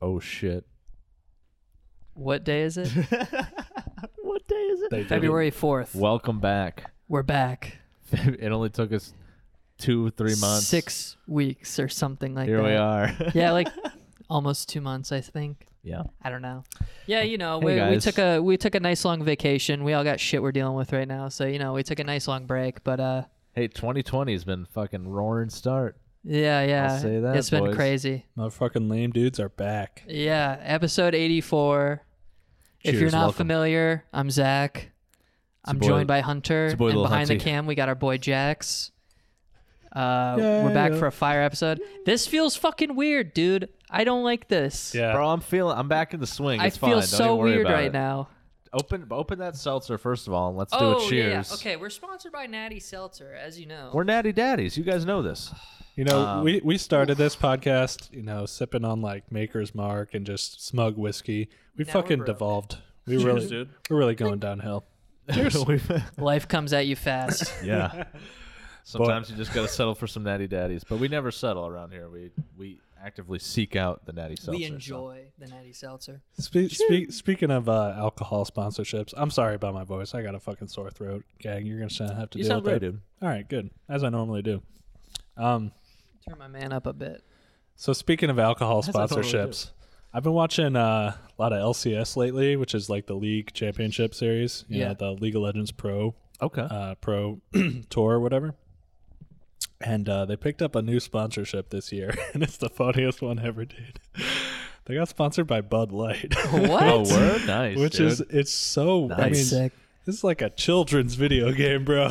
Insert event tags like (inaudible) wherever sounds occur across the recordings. oh shit. What day is it? (laughs) What day is it? February 4th. Welcome back. (laughs) We're back. It only took us two, three months. Six weeks or something like Here that. we are. (laughs) yeah, (laughs) like almost two months, I think. yeah. I don't know. Yeah, you know, Hey, we, we guys. took a we took a nice long vacation. We all got shit we're dealing with right now, so you know, we took a nice long break. But uh, Hey, 2020 has been fucking roaring start. yeah, yeah, say that, it's been boys. crazy. Motherfucking lame dudes are back. Yeah, episode eighty four. If you're Cheers, not welcome. familiar, I'm Zach. I'm boy- joined by Hunter. it's your boy, and Lil behind the Hunty. cam, we got our boy Jax. Uh, Yeah, we're back yeah. for a fire episode. This feels fucking weird, dude. I don't like this. Yeah. Bro, I'm feeling. I'm back in the swing. I It's feel fine. Don't so even worry weird about right it. now. Open, open that seltzer first of all, and let's do oh, a yeah, cheers. Yeah. Okay, we're sponsored by Natty Seltzer, as you know. We're natty daddies. You guys know (sighs) this. You know, Um, we, we started this podcast, you know, sipping on like Maker's Mark and just smug whiskey. We Now we're fucking broke. devolved. We really, we're really going downhill. (laughs) Life comes at (coughs) you fast. (laughs) yeah. Sometimes you just gotta settle for some natty daddies, but we never settle around here. We we actively seek out the natty seltzer. we so- enjoy the Natty Seltzer. Spe- speak, speaking of uh, alcohol sponsorships, I'm sorry about my voice. I got a fucking sore throat, gang. You're gonna have to You deal sound with great, that. dude. All right, good. As I normally do. Um, Turn my man up (laughs) a bit. So speaking of alcohol That's what I normally sponsorships, I've been watching uh, a lot of LCS lately, which is like the league championship series. You Yeah. know, the League of Legends Pro Okay. uh, Pro (clears throat) Tour or whatever. And uh, they picked up a new sponsorship this year, (laughs) and it's the funniest one ever, dude. they got sponsored by Bud Light, (laughs) What? oh, word, nice. which dude. is it's so. I mean, Nice. Sick. this is like a children's video game, bro. (laughs)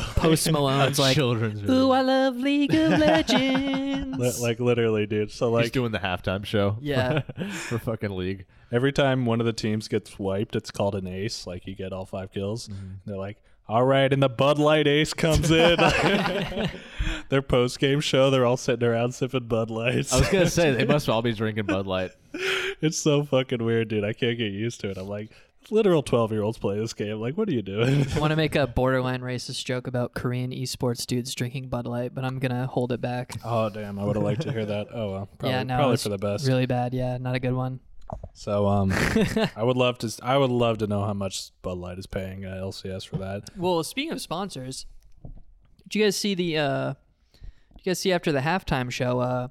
(laughs) Post Malone's like, children's. "Ooh, movie. I love (laughs) League of Legends." Li- like literally, dude. So He's like, doing the halftime (laughs) show. Yeah. for fucking league. Every time one of the teams gets wiped, it's called an ace. Like you get all five kills. Mm-hmm. They're like, all right, and the Bud Light ace comes (laughs) in. (laughs) Their post game show, they're all sitting around sipping Bud Lights. I was gonna say they (laughs) must all be drinking Bud Light. it's so fucking weird, dude. I can't get used to it. I'm like, literal 12 year olds play this game. Like, what are you doing? I want to make a borderline racist joke about Korean esports dudes drinking Bud Light, but I'm gonna hold it back. (laughs) oh, damn. I would have liked to hear that. Oh, well. Probably, yeah, no, probably it's for the best. Really bad. Yeah, not a good one. (laughs) so, um, I would love to. I would love to know how much Bud Light is paying uh, LCS for that. Well, speaking of sponsors, did you guys see the? uh Did you guys see after the halftime show? uh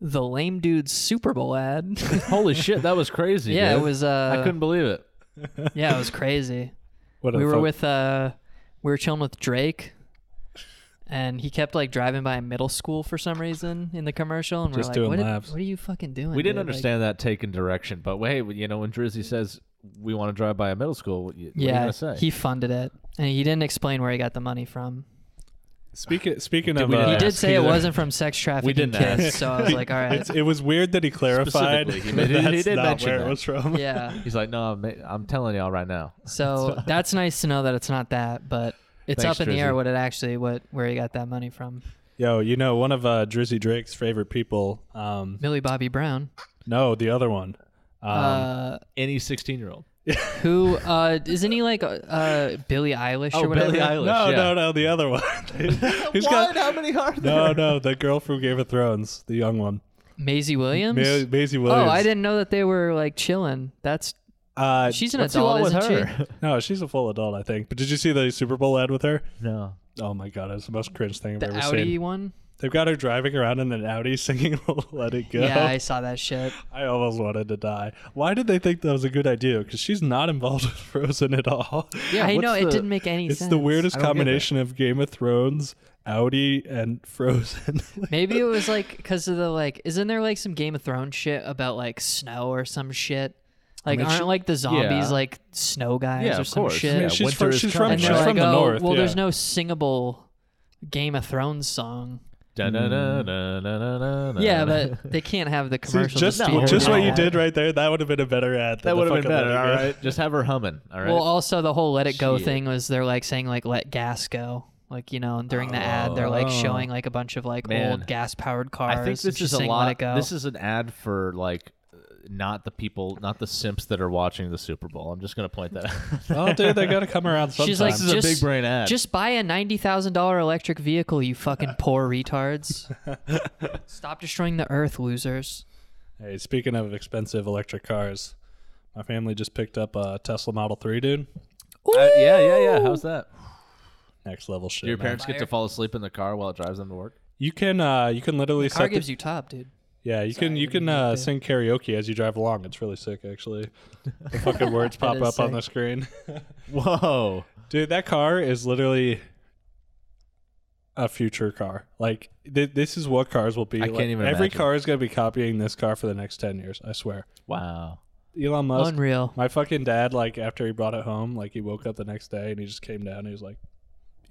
the lame dudes Super Bowl (laughs) ad. (laughs) Holy shit, that was crazy. yeah, dude. it was. I Uh, couldn't believe it. yeah, it was crazy. What we (laughs) the were fuck- with uh we were chilling with Drake and he kept like driving by a middle school for some reason in the commercial and Just we're like doing what, laps. what are you fucking doing We didn't dude? Like, understand that taking direction, but hey, you know when Drizzy says we want to drive by a middle school, what, you, what are you yeah gonna say? he funded it and he didn't explain where he got the money from Speaking, speaking Did of. we- uh, he did ask say it either. wasn't from sex trafficking didn't kids ask. so I was like all right (laughs) It's, it was weird that he clarified. Specifically, he made- (laughs) that's he did not mention where that. it was from. yeah He's like, no, I'm, I'm telling y'all right now. so that's nice to know that it's not that but it's Thanks, up in the air Drizzy. what it actually what where he got that money from Yo, you know one of uh, Drizzy Drake's favorite people. Um, Millie Bobby Brown no, the other one. Um, uh Any 16 year old. who uh isn't he like uh, uh Billie Eilish Oh, or whatever Billie Eilish. no, yeah. no, no, the other one. (laughs) Who's What? got? How many are there? No, no, the girl from Game of Thrones, the young one, Maisie Williams Ma- Maisie Oh, Williams. I didn't know that they were like chilling. That's Uh, she's an What's adult, wrong with isn't her? (laughs) she? no, she's a full adult, I think. But did you see the Super Bowl ad with her? No. Oh my god, it's the most cringe thing I've The ever Audi seen. one. They've got her driving around in an Audi (laughs) singing "Let It Go." Yeah, I saw that shit. I almost wanted to die. Why did they think that was a good idea? Because she's not involved (laughs) with Frozen at all. Yeah, I what's know it the- didn't make any It's sense. the weirdest I don't get combination of Game of Thrones, Audi, and Frozen. (laughs) Maybe it was like because of the like. Isn't there like some Game of Thrones shit about like snow or some shit? Like mean, aren't she- like the zombies yeah. like snow guys Yeah, or of some course. shit? I mean, Yeah, she's winter from, is she's coming. from, And she's they're like, from the oh, north. well, yeah. there's no singable Game of Thrones song. Da-na-na-na-na-na-na. Yeah, but they can't have the See, commercial. just just beat her just what you down. did right there. That would have been a better ad. that than the would have been fucking better. Let All It Go. right, just have her humming. All right. Well, also the whole "Let It Go" Shit. thing was they're like saying like "Let gas go," like you know, and during the ad they're like Oh. showing like a bunch of like Man. old gas-powered cars. I think and this she's is a saying, lot. Let it go. This is an ad for like uh, not the people, not the simps that are watching the Super Bowl. I'm just gonna point that out. (laughs) Oh, dude, they gotta come around sometime. she's like, (laughs) This is a just, big brain ad. Just buy a ninety thousand dollar (laughs) electric vehicle, you fucking poor retards. Stop destroying the earth, losers. Hey, speaking of expensive electric cars, my family just picked up a Tesla Model 3, dude. I- Uh, yeah, yeah, yeah. How's that? Next level shit. Do your man. parents get to Fire. fall asleep in the car while it drives them to work? You can uh you can literally Car set the- gives you top, dude. Yeah, you can Sorry, you I can didn't uh, mean to. sing karaoke as you drive along. It's really sick, actually. (laughs) The fucking words pop is up on sick. the screen. (laughs) Whoa. Dude, that car is literally a future car. Like th- this is what cars will be. I like, can't even Every imagine. car is gonna be copying this car for the next ten years. I swear. Wow. Elon Musk. (laughs) Unreal. My fucking dad, like after he brought it home, like he woke up the next day and he just came down. and He was like,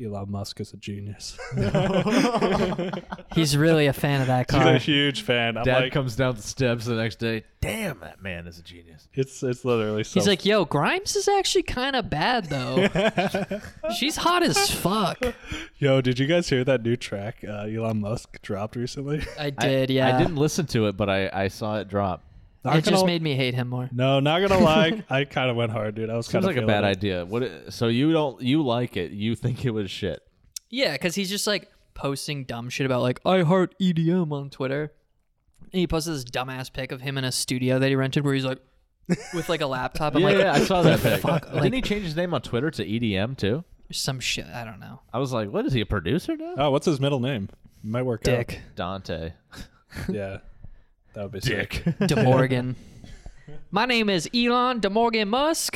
"Elon Musk is a genius." (laughs) He's really a fan of that He's a car. huge fan. I'm Dad like, comes down the steps the next day. Damn, that man is a genius. it's it's literally. So He's like, yo, Grimes is actually kind of bad (laughs) though. She's hot as fuck. Yo, did you guys hear that new track uh, Elon Musk dropped recently? (laughs) I I- did, yeah. I didn't listen to it, but I, I saw it drop. Not it just gonna- made me hate him more. No, not (laughs) gonna lie, I kind of went hard, dude. I was kind Seems of like a bad idea. What? i- So you don't you like it? You think it was shit? Yeah, because he's just like posting dumb shit about like I heart EDM on Twitter. And he posted this dumbass pic of him in a studio that he rented where he's like with like a laptop. I'm yeah, like yeah, I saw (laughs) that. pic. Fuck, Didn't he change his name on Twitter to EDM too? some shit. I don't know. I was like, what is he a producer now? Oh, what's his middle name? Might work Dick Dante. out. (laughs) Yeah, that would be sick. (laughs) DeMorgan. My name is Elon DeMorgan (laughs) Musk.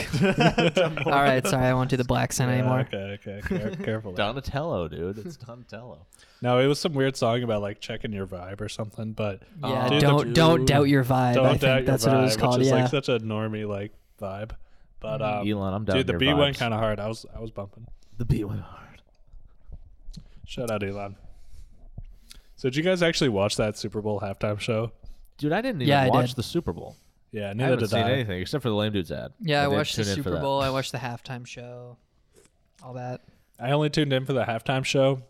All right, sorry, I won't do the black scent Yeah, anymore. Uh, okay, okay, care- careful. (laughs) there. Donatello, dude. It's (laughs) Donatello. No, it was some weird song about like checking your vibe or something, but Yeah, Dude, the- don't don't doubt your vibe. don't I think doubt your that's vibe, what it was which called. is Yeah, like such a normie like vibe. But um, Mm-hmm. Elon, I'm down. dude, the B one kind of hard. I was I was bumping. the B went hard. Shout out Elon. So did you guys actually watch that Super Bowl halftime show? Dude, I didn't even Yeah, I watch did. the Super Bowl. Yeah, I neither haven't did seen I. anything except for the lame dude's ad. yeah. I did watched the tune in for Super that. Bowl. I watched the halftime show. All that. I only tuned in for the halftime show.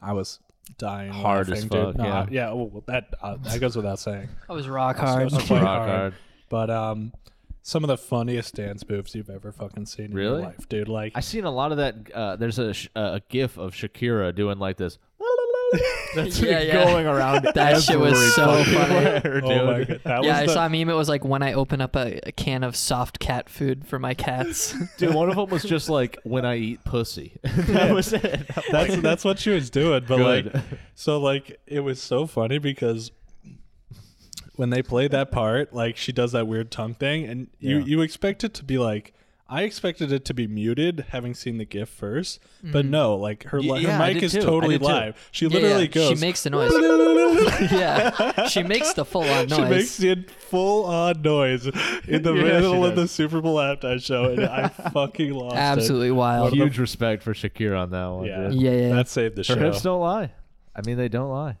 I was dying. Hard as laughing, dude. fuck, No, yeah. I- yeah. Well, that uh, that goes without saying. I was rock hard. So it's like Rock hard. But um, some of the funniest dance moves you've ever fucking seen in Really? your life, dude. Like, (laughs) I seen a lot of that. Uh, there's a sh- uh, a GIF of Shakira doing like this. That's (laughs) (laughs) Yeah, been yeah. going around. That shit was every so fucking (laughs) funny. where, (laughs) oh my dude. god, that yeah, was I the, saw a meme. It was like when I open up a, a can of soft cat food for my (laughs) cats. Dude, one of them was just like when I eat pussy. (laughs) that was it. (laughs) that's that's what she was doing. But Good. (laughs) like, so like, it was so funny because when they played that part, like, she does that weird tongue thing, and you Yeah. you expect it to be like. I expected it to be muted, having seen the GIF first, but no, like her, li- yeah, her I mic did is too. I totally did too. live. She Yeah, literally yeah. goes. (laughs) (laughs) She makes the noise. yeah, she makes the full on noise. She makes the full on noise in (laughs) the Yeah, she middle of the does. Super Bowl halftime show, and (laughs) I fucking lost. it. Absolutely wild. Huge respect for Shakira on that one. Yeah. dude. Yeah, yeah. that saved the Her show. hips don't lie. I mean, they don't lie.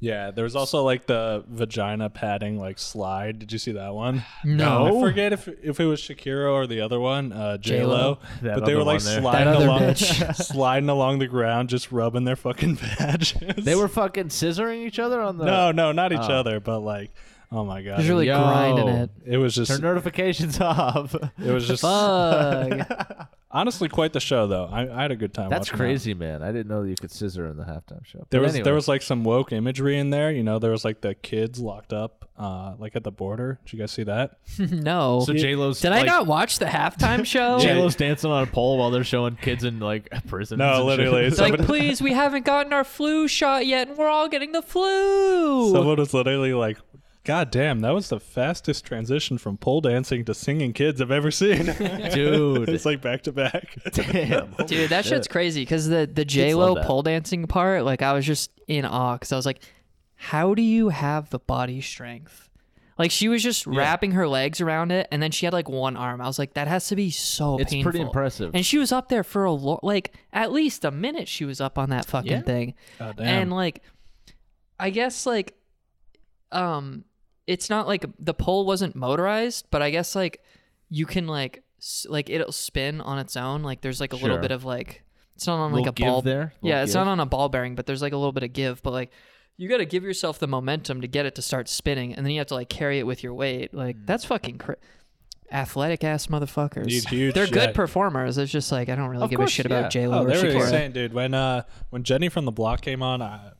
Yeah, there was also like the vagina padding like slide. Did you see that one? No. I forget if if it was Shakira or the other one, uh, J Lo. J-Lo. That But they were other like one there. sliding That other along, bitch. (laughs) sliding along the ground, just rubbing their fucking (laughs) badges. They were fucking scissoring each other on the. no, no, not each Oh. other, but like, oh my god, He's really Yo. grinding it. it was just, Turn notifications (laughs) off. it was just (laughs) Fuck. (laughs) honestly quite the show though. I, I had a good time. That's watching that. crazy, man. I didn't know that you could scissor in the halftime show. There But was anyway. there was like some woke imagery in there. You know, there was like the kids locked up, uh, like at the border. Did you guys see that? no. So J Lo's. Did I not watch the (laughs) halftime show? J Lo's dancing on a pole while they're showing kids in like (laughs) prisons. No, and shit. literally, it's It's like, please, we haven't gotten our flu shot yet, and we're all getting the flu. Someone was literally like, "God damn, that was the fastest transition from pole dancing to singing kids I've ever (laughs) seen." (laughs) dude. it's like back to back. (laughs) damn. (laughs) Dude, that shit's crazy because the the J Lo love that. pole dancing part, like I was just in awe because I was like, how do you have the body strength? Like she was just wrapping her legs around it, and then she had like one arm. I was like, that has to be so It's pretty painful. impressive. And she was up there for a lo- like at least a minute. She was up on that fucking Yeah. thing, God and like, I guess like, um, it's not like the pole wasn't motorized, but I guess like you can like s- like it'll spin on its own. Like there's like a little Sure. bit of like it's not on like Little a give ball there? Little Yeah, it's give? not on a ball bearing, but there's like a little bit of give. But like you got to give yourself the momentum to get it to start spinning, and then you have to like carry it with your weight. Like Hmm. that's fucking cra- athletic ass motherfuckers. Dude, huge, They're good yeah. performers. It's just like I don't really Of give course, a shit yeah. about J Lo oh, or they were Shakira. insane, dude. When uh, when Jenny from the Block came on, I,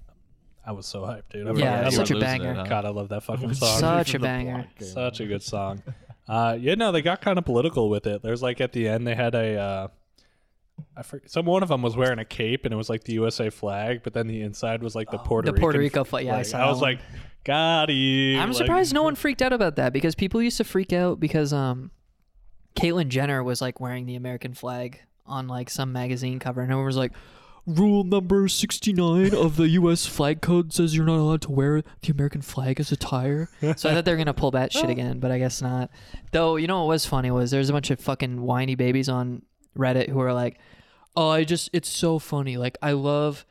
I was so hyped, dude. I Yeah, forgot. it's I such a love- banger. It, huh? God, I love that fucking song. Such a banger. Such (laughs) a good song. Uh, yeah, no, they got kind of political with it. There's like at the end they had a, uh, I forget, some one of them was wearing a cape and it was like the USA flag, but then the inside was like the Puerto Oh, the Puerto Rican Rico flag. Yeah, I saw I that was one. like, got you. I'm Like, surprised no one freaked out about that because people used to freak out because um, Caitlyn Jenner was like wearing the American flag on like some magazine cover, and everyone was like, "Rule number sixty-nine of the U.S. flag code says you're not allowed to wear the American flag as attire." So I thought they were gonna pull that shit again, but I guess not. Though you know what was funny was there's a bunch of fucking whiny babies on Reddit who are like, "Oh, I just it's so funny. Like I love."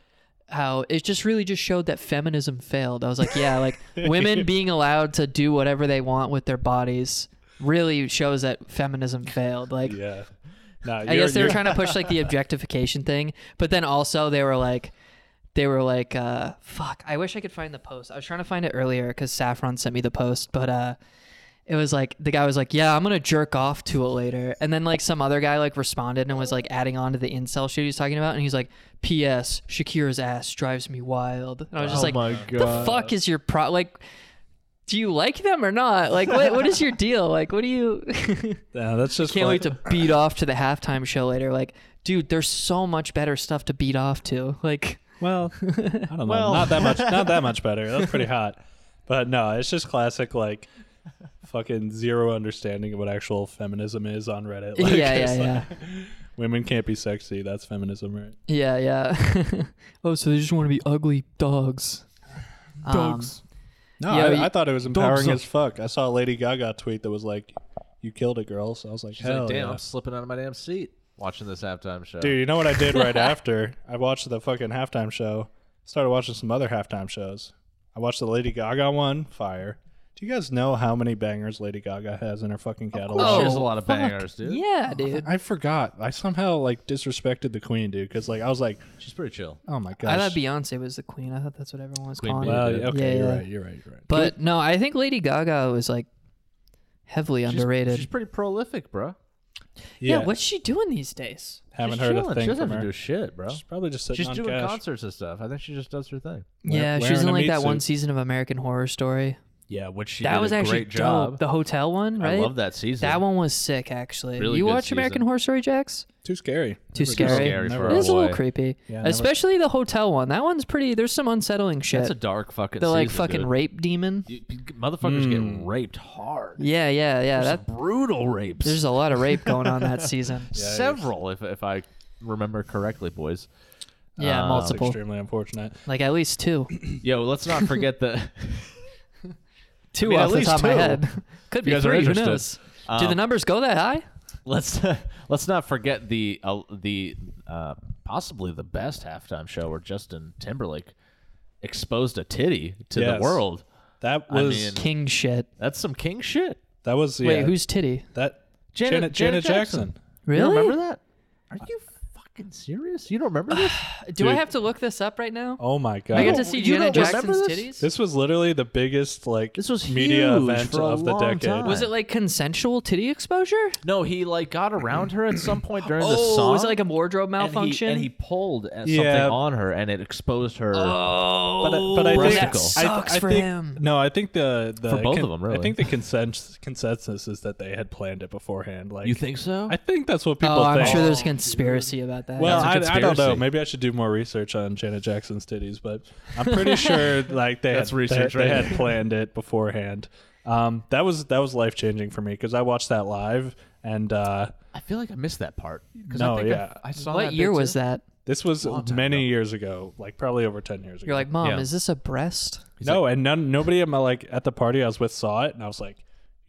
how it just really just showed that feminism failed. I was like, yeah, like women being allowed to do whatever they want with their bodies really shows that feminism failed. Like, Yeah. No, I guess they were trying to push like the objectification thing, but then also they were like, they were like, uh, fuck, I wish I could find the post. I was trying to find it earlier because Saffron sent me the post, but, uh, it was like the guy was like, "Yeah, I'm gonna jerk off to it later," and then like some other guy like responded and was like adding on to the incel shit he was talking about, and he's like, "P.S. Shakira's ass drives me wild," and I was just like, Oh my "The fuck is your pro? Like, do you like them or not? Like, what what is your deal? Like, what do you?" Yeah, that's just Can't wait like- to beat off to the halftime show later. Like, dude, there's so much better stuff to beat off to. Like, Well, I don't know. Well. Not that much. (laughs) Not that much better. That's pretty hot. But no, it's just classic like fucking zero understanding of what actual feminism is on Reddit. (laughs) (laughs) Like, yeah, yeah, it's yeah, like, Women can't be sexy. That's feminism, right? (laughs) yeah, yeah. (laughs) oh, so they just want to be ugly dogs. Um, No, Yeah, I, but you- I thought it was empowering suck. as fuck. I saw a Lady Gaga tweet that was like, "You killed a girl," so I was like, She's "Hell like, damn, yeah." I'm slipping out of my damn seat watching this halftime show. Dude, you know what I did right after? I watched the fucking halftime show. Started watching some other halftime shows. I watched the Lady Gaga one, Fire. Do you guys know how many bangers Lady Gaga has in her fucking catalog? She has Oh, a lot of fuck. bangers, dude. yeah, dude. I forgot. I somehow like disrespected the queen, dude, because like I was like, She's pretty chill. oh my gosh. I thought Beyonce was the queen. I thought that's what everyone was Queen calling. bee. her. well, Yeah. okay, Yeah, you're yeah. right. You're right. You're right. But no, I think Lady Gaga was like heavily She's- underrated. She's, pretty prolific, bro. yeah. what's she doing these days? she's haven't heard chilling. a She thing doesn't from have to do her. shit, bro. She's probably just sitting She's on doing cash. concerts and stuff. I think she just does her thing. Wear- yeah, she's wearing in a like meat that one suit. season of American Horror Story. Yeah, which she that was actually dope. The hotel one, I right? love that season. That one was sick, actually. Really you good watch American season. Horror Story, Jax? Too scary. Too Never- scary. scary for never It Oh, is a little boy. creepy, Yeah, never- especially the hotel one. That one's pretty. There's some unsettling shit. That's a dark fucking. the like season, fucking dude. rape demon. You- you- motherfuckers get raped hard. Yeah, yeah, yeah. There's That some brutal rapes. there's a lot of rape going (laughs) on that season. Yeah, it is. several, if if I remember correctly, boys. Uh, Yeah, It's multiple. extremely unfortunate. Like at (coughs) least two, Yo, let's not forget the. (laughs) two mean, at off the least top of my two. (laughs) head. (laughs) Could be you guys are three. Who interested. knows? Do the Um, numbers go that high? let's (laughs) let's not forget the uh, the uh, possibly the best halftime show where Justin Timberlake exposed a titty to Yes. the world. That I was mean- King shit. That's some king shit. that was yeah, Wait, who's titty? that Janet- Janet Janet, Janet Jackson. Jackson. Really? You don't remember that? Are you fucking serious? You don't remember this? Do I Dude. have to look this up right now? Oh my god. I get to don't- see you Janet don't remember Jackson's this? titties. This was literally the biggest like This was media huge event for a of the long decade. time. was it like consensual titty exposure? (sighs) no, he like got around her at some point during the oh, song. was it like a wardrobe and he- malfunction? And he, pulled at Yeah. something on her, and it exposed her. oh, But, I- but Breasticle. I think that I- sucks I for think- him. No, I think the, the For both of them, really. I think the consens- consensus is that they had planned it beforehand. Like you think so? I think that's what people Oh, I'm think. sure there's a conspiracy about that. well, That's a I, I don't know. conspiracy. Maybe I should do more research on Janet Jackson's titties, but I'm (laughs) pretty sure like they That's had, research, they, they right? had planned it beforehand. Um, that was that was life changing for me because I watched that live, and uh, I feel like I missed that part. 'Cause No, I think I- yeah. I, saw what that year bit was too. that? this was time many ago. years ago, like probably over ten years ago. You're like, mom, Yeah. is this (laughs) a breast? no, and none, nobody at my like at the party I was with saw it, and I was like,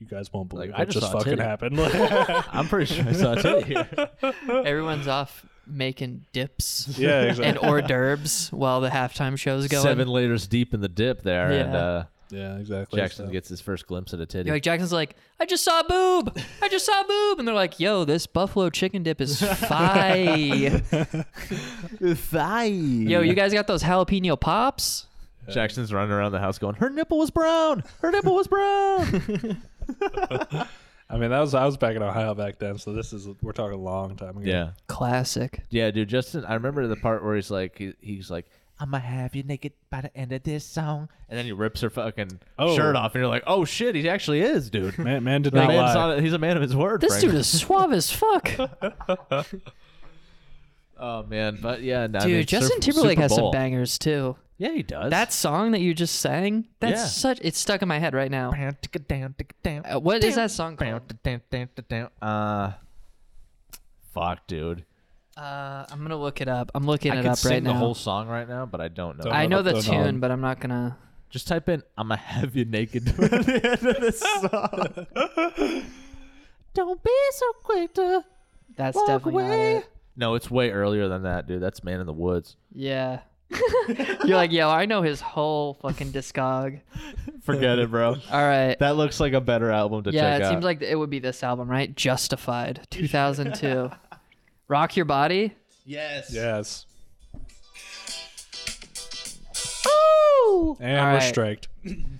"You guys won't believe Like, it I just just saw a fucking titty. (laughs) happened." (laughs) I'm pretty sure I saw (laughs) a titty here. Everyone's off making dips (laughs) yeah, exactly. and hors d'oeuvres while the halftime show's going. Seven layers deep in the dip there, and Yeah. uh, yeah, exactly. Jackson So- gets his first glimpse at a titty. You're like Jackson's like, I just saw a boob. I just saw a boob, and they're like, Yo, this buffalo chicken dip is (laughs) fire. Thigh. Yo, you guys got those jalapeno pops? Jackson's running around the house going, "Her nipple was brown. Her nipple was brown." I mean, that was I was back in Ohio back then, so this is we're talking a long time ago. (laughs) yeah, Classic. yeah, dude. Justin, I remember the part where he's like, he, he's like, I'm gonna have you naked by the end of this song. And then he rips her fucking Oh. shirt off, and you're like, oh shit, he actually is, dude. Man, man did (laughs) The not man's lie. not- he's a man of his word. This Frank. dude is suave as fuck. Oh man, but yeah, no, (laughs) I Dude, mean, Justin Surf- Timberlake Super has some Bowl. bangers too. Yeah, he does. That song that you just sang, that's Yeah. such it's stuck in my head right now. down, ticka down, ticka down. Uh, what is that song Down, called? da- down, down, da- down. Uh, fuck, dude. Uh, I'm gonna look it up. I'm looking I it could up sing right the now. whole song right now, but I don't know. Don't I know the Don't know. tune, but I'm not gonna. Just type in "I'ma have you naked" (laughs) by the end of this song. don't be so quick to That's walk definitely not away. it. No, it's way earlier than that, dude. That's "Man in the Woods." Yeah. (laughs) You're like, yo, I know his whole fucking discog. Forget it, bro. All right. That looks like a better album to yeah, check it out. seems like it would be this album, right? Justified, 2002. (laughs) Rock Your Body. yes. Yes. Oh. And All we're right. striked.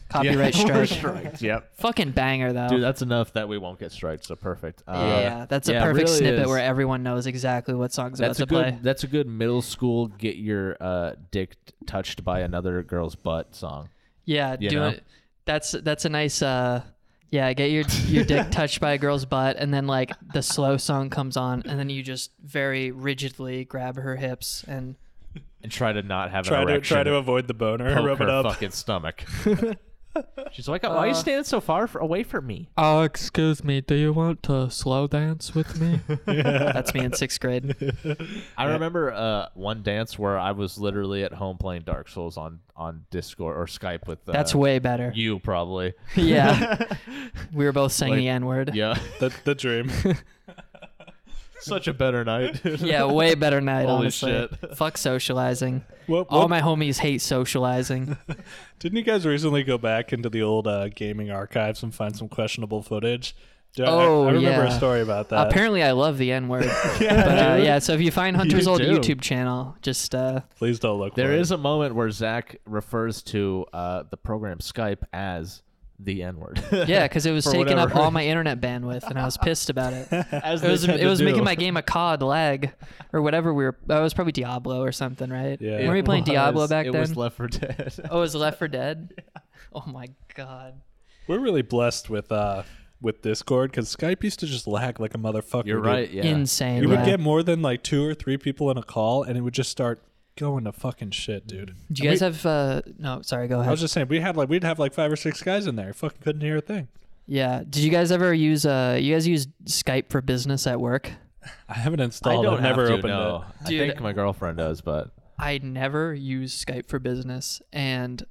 Copyright (laughs) We're strike. striked. Yep. Fucking banger though. Dude, that's enough that we won't get striked. So perfect. Uh, yeah, that's a yeah, it perfect really snippet is. where everyone knows exactly what song's That's a about to good. play. That's a good middle school get your uh, dick t- touched by another girl's butt song. Yeah, you doing know? it. That's that's a nice. uh Yeah, get your (laughs) your dick touched by a girl's butt, and then like the slow song comes on, and then you just very rigidly grab her hips and And try to not have Try an to erection. try to avoid the boner. poke Rub her it up. fucking (laughs) stomach. She's like, oh, why are you standing so far f away from me? Oh, excuse me, do you want to slow dance (laughs) with me? that's me in sixth grade. I remember uh, one dance where I was literally at home playing Dark Souls on on Discord or Skype with. Uh, (laughs) That's way better. you probably. (laughs) yeah, (laughs) we were both saying the n word. (laughs) Yeah. Yeah, (laughs) The, the (laughs) dream. such a better (laughs) night. way better night. Holy honestly, shit. fuck (laughs) socializing. what, All what- my homies hate socializing. didn't you guys recently go back into the old uh, gaming archives and find some questionable footage? Do- I- Oh, I, remember a yeah. story about that. Apparently, I love (laughs) the N word. but uh, yeah, so if you find Hunter's old do. YouTube channel, just uh, Please don't look. There for it. is a moment where Zach refers to uh, the program Skype (laughs) as the N word. yeah, because it was For taking up whatever. all my internet bandwidth, and I was pissed about it. It as was it was making my game a COD lag or whatever we were. I was probably Diablo or something, right? Yeah. Were we It playing Diablo back it then? was Left 4 Dead. oh, it was Left for Dead. Oh my god. We're really blessed with uh with Discord because Skype used to just lag like a motherfucker. You're (laughs) dude. right. Yeah. Insane. You would lag. get more than like two or three people in a call, and it would just start going to fucking shit, dude. Do you guys have? Uh, no, sorry. Go I was ahead. just saying, we had like we'd have like five or six guys in there. Fucking couldn't hear a thing. Yeah. Did you guys ever use? Uh, you guys use Skype for business at work? I haven't I installed. don't I've never have to, opened no. it. I Dude. think my girlfriend does, but I never use Skype for business and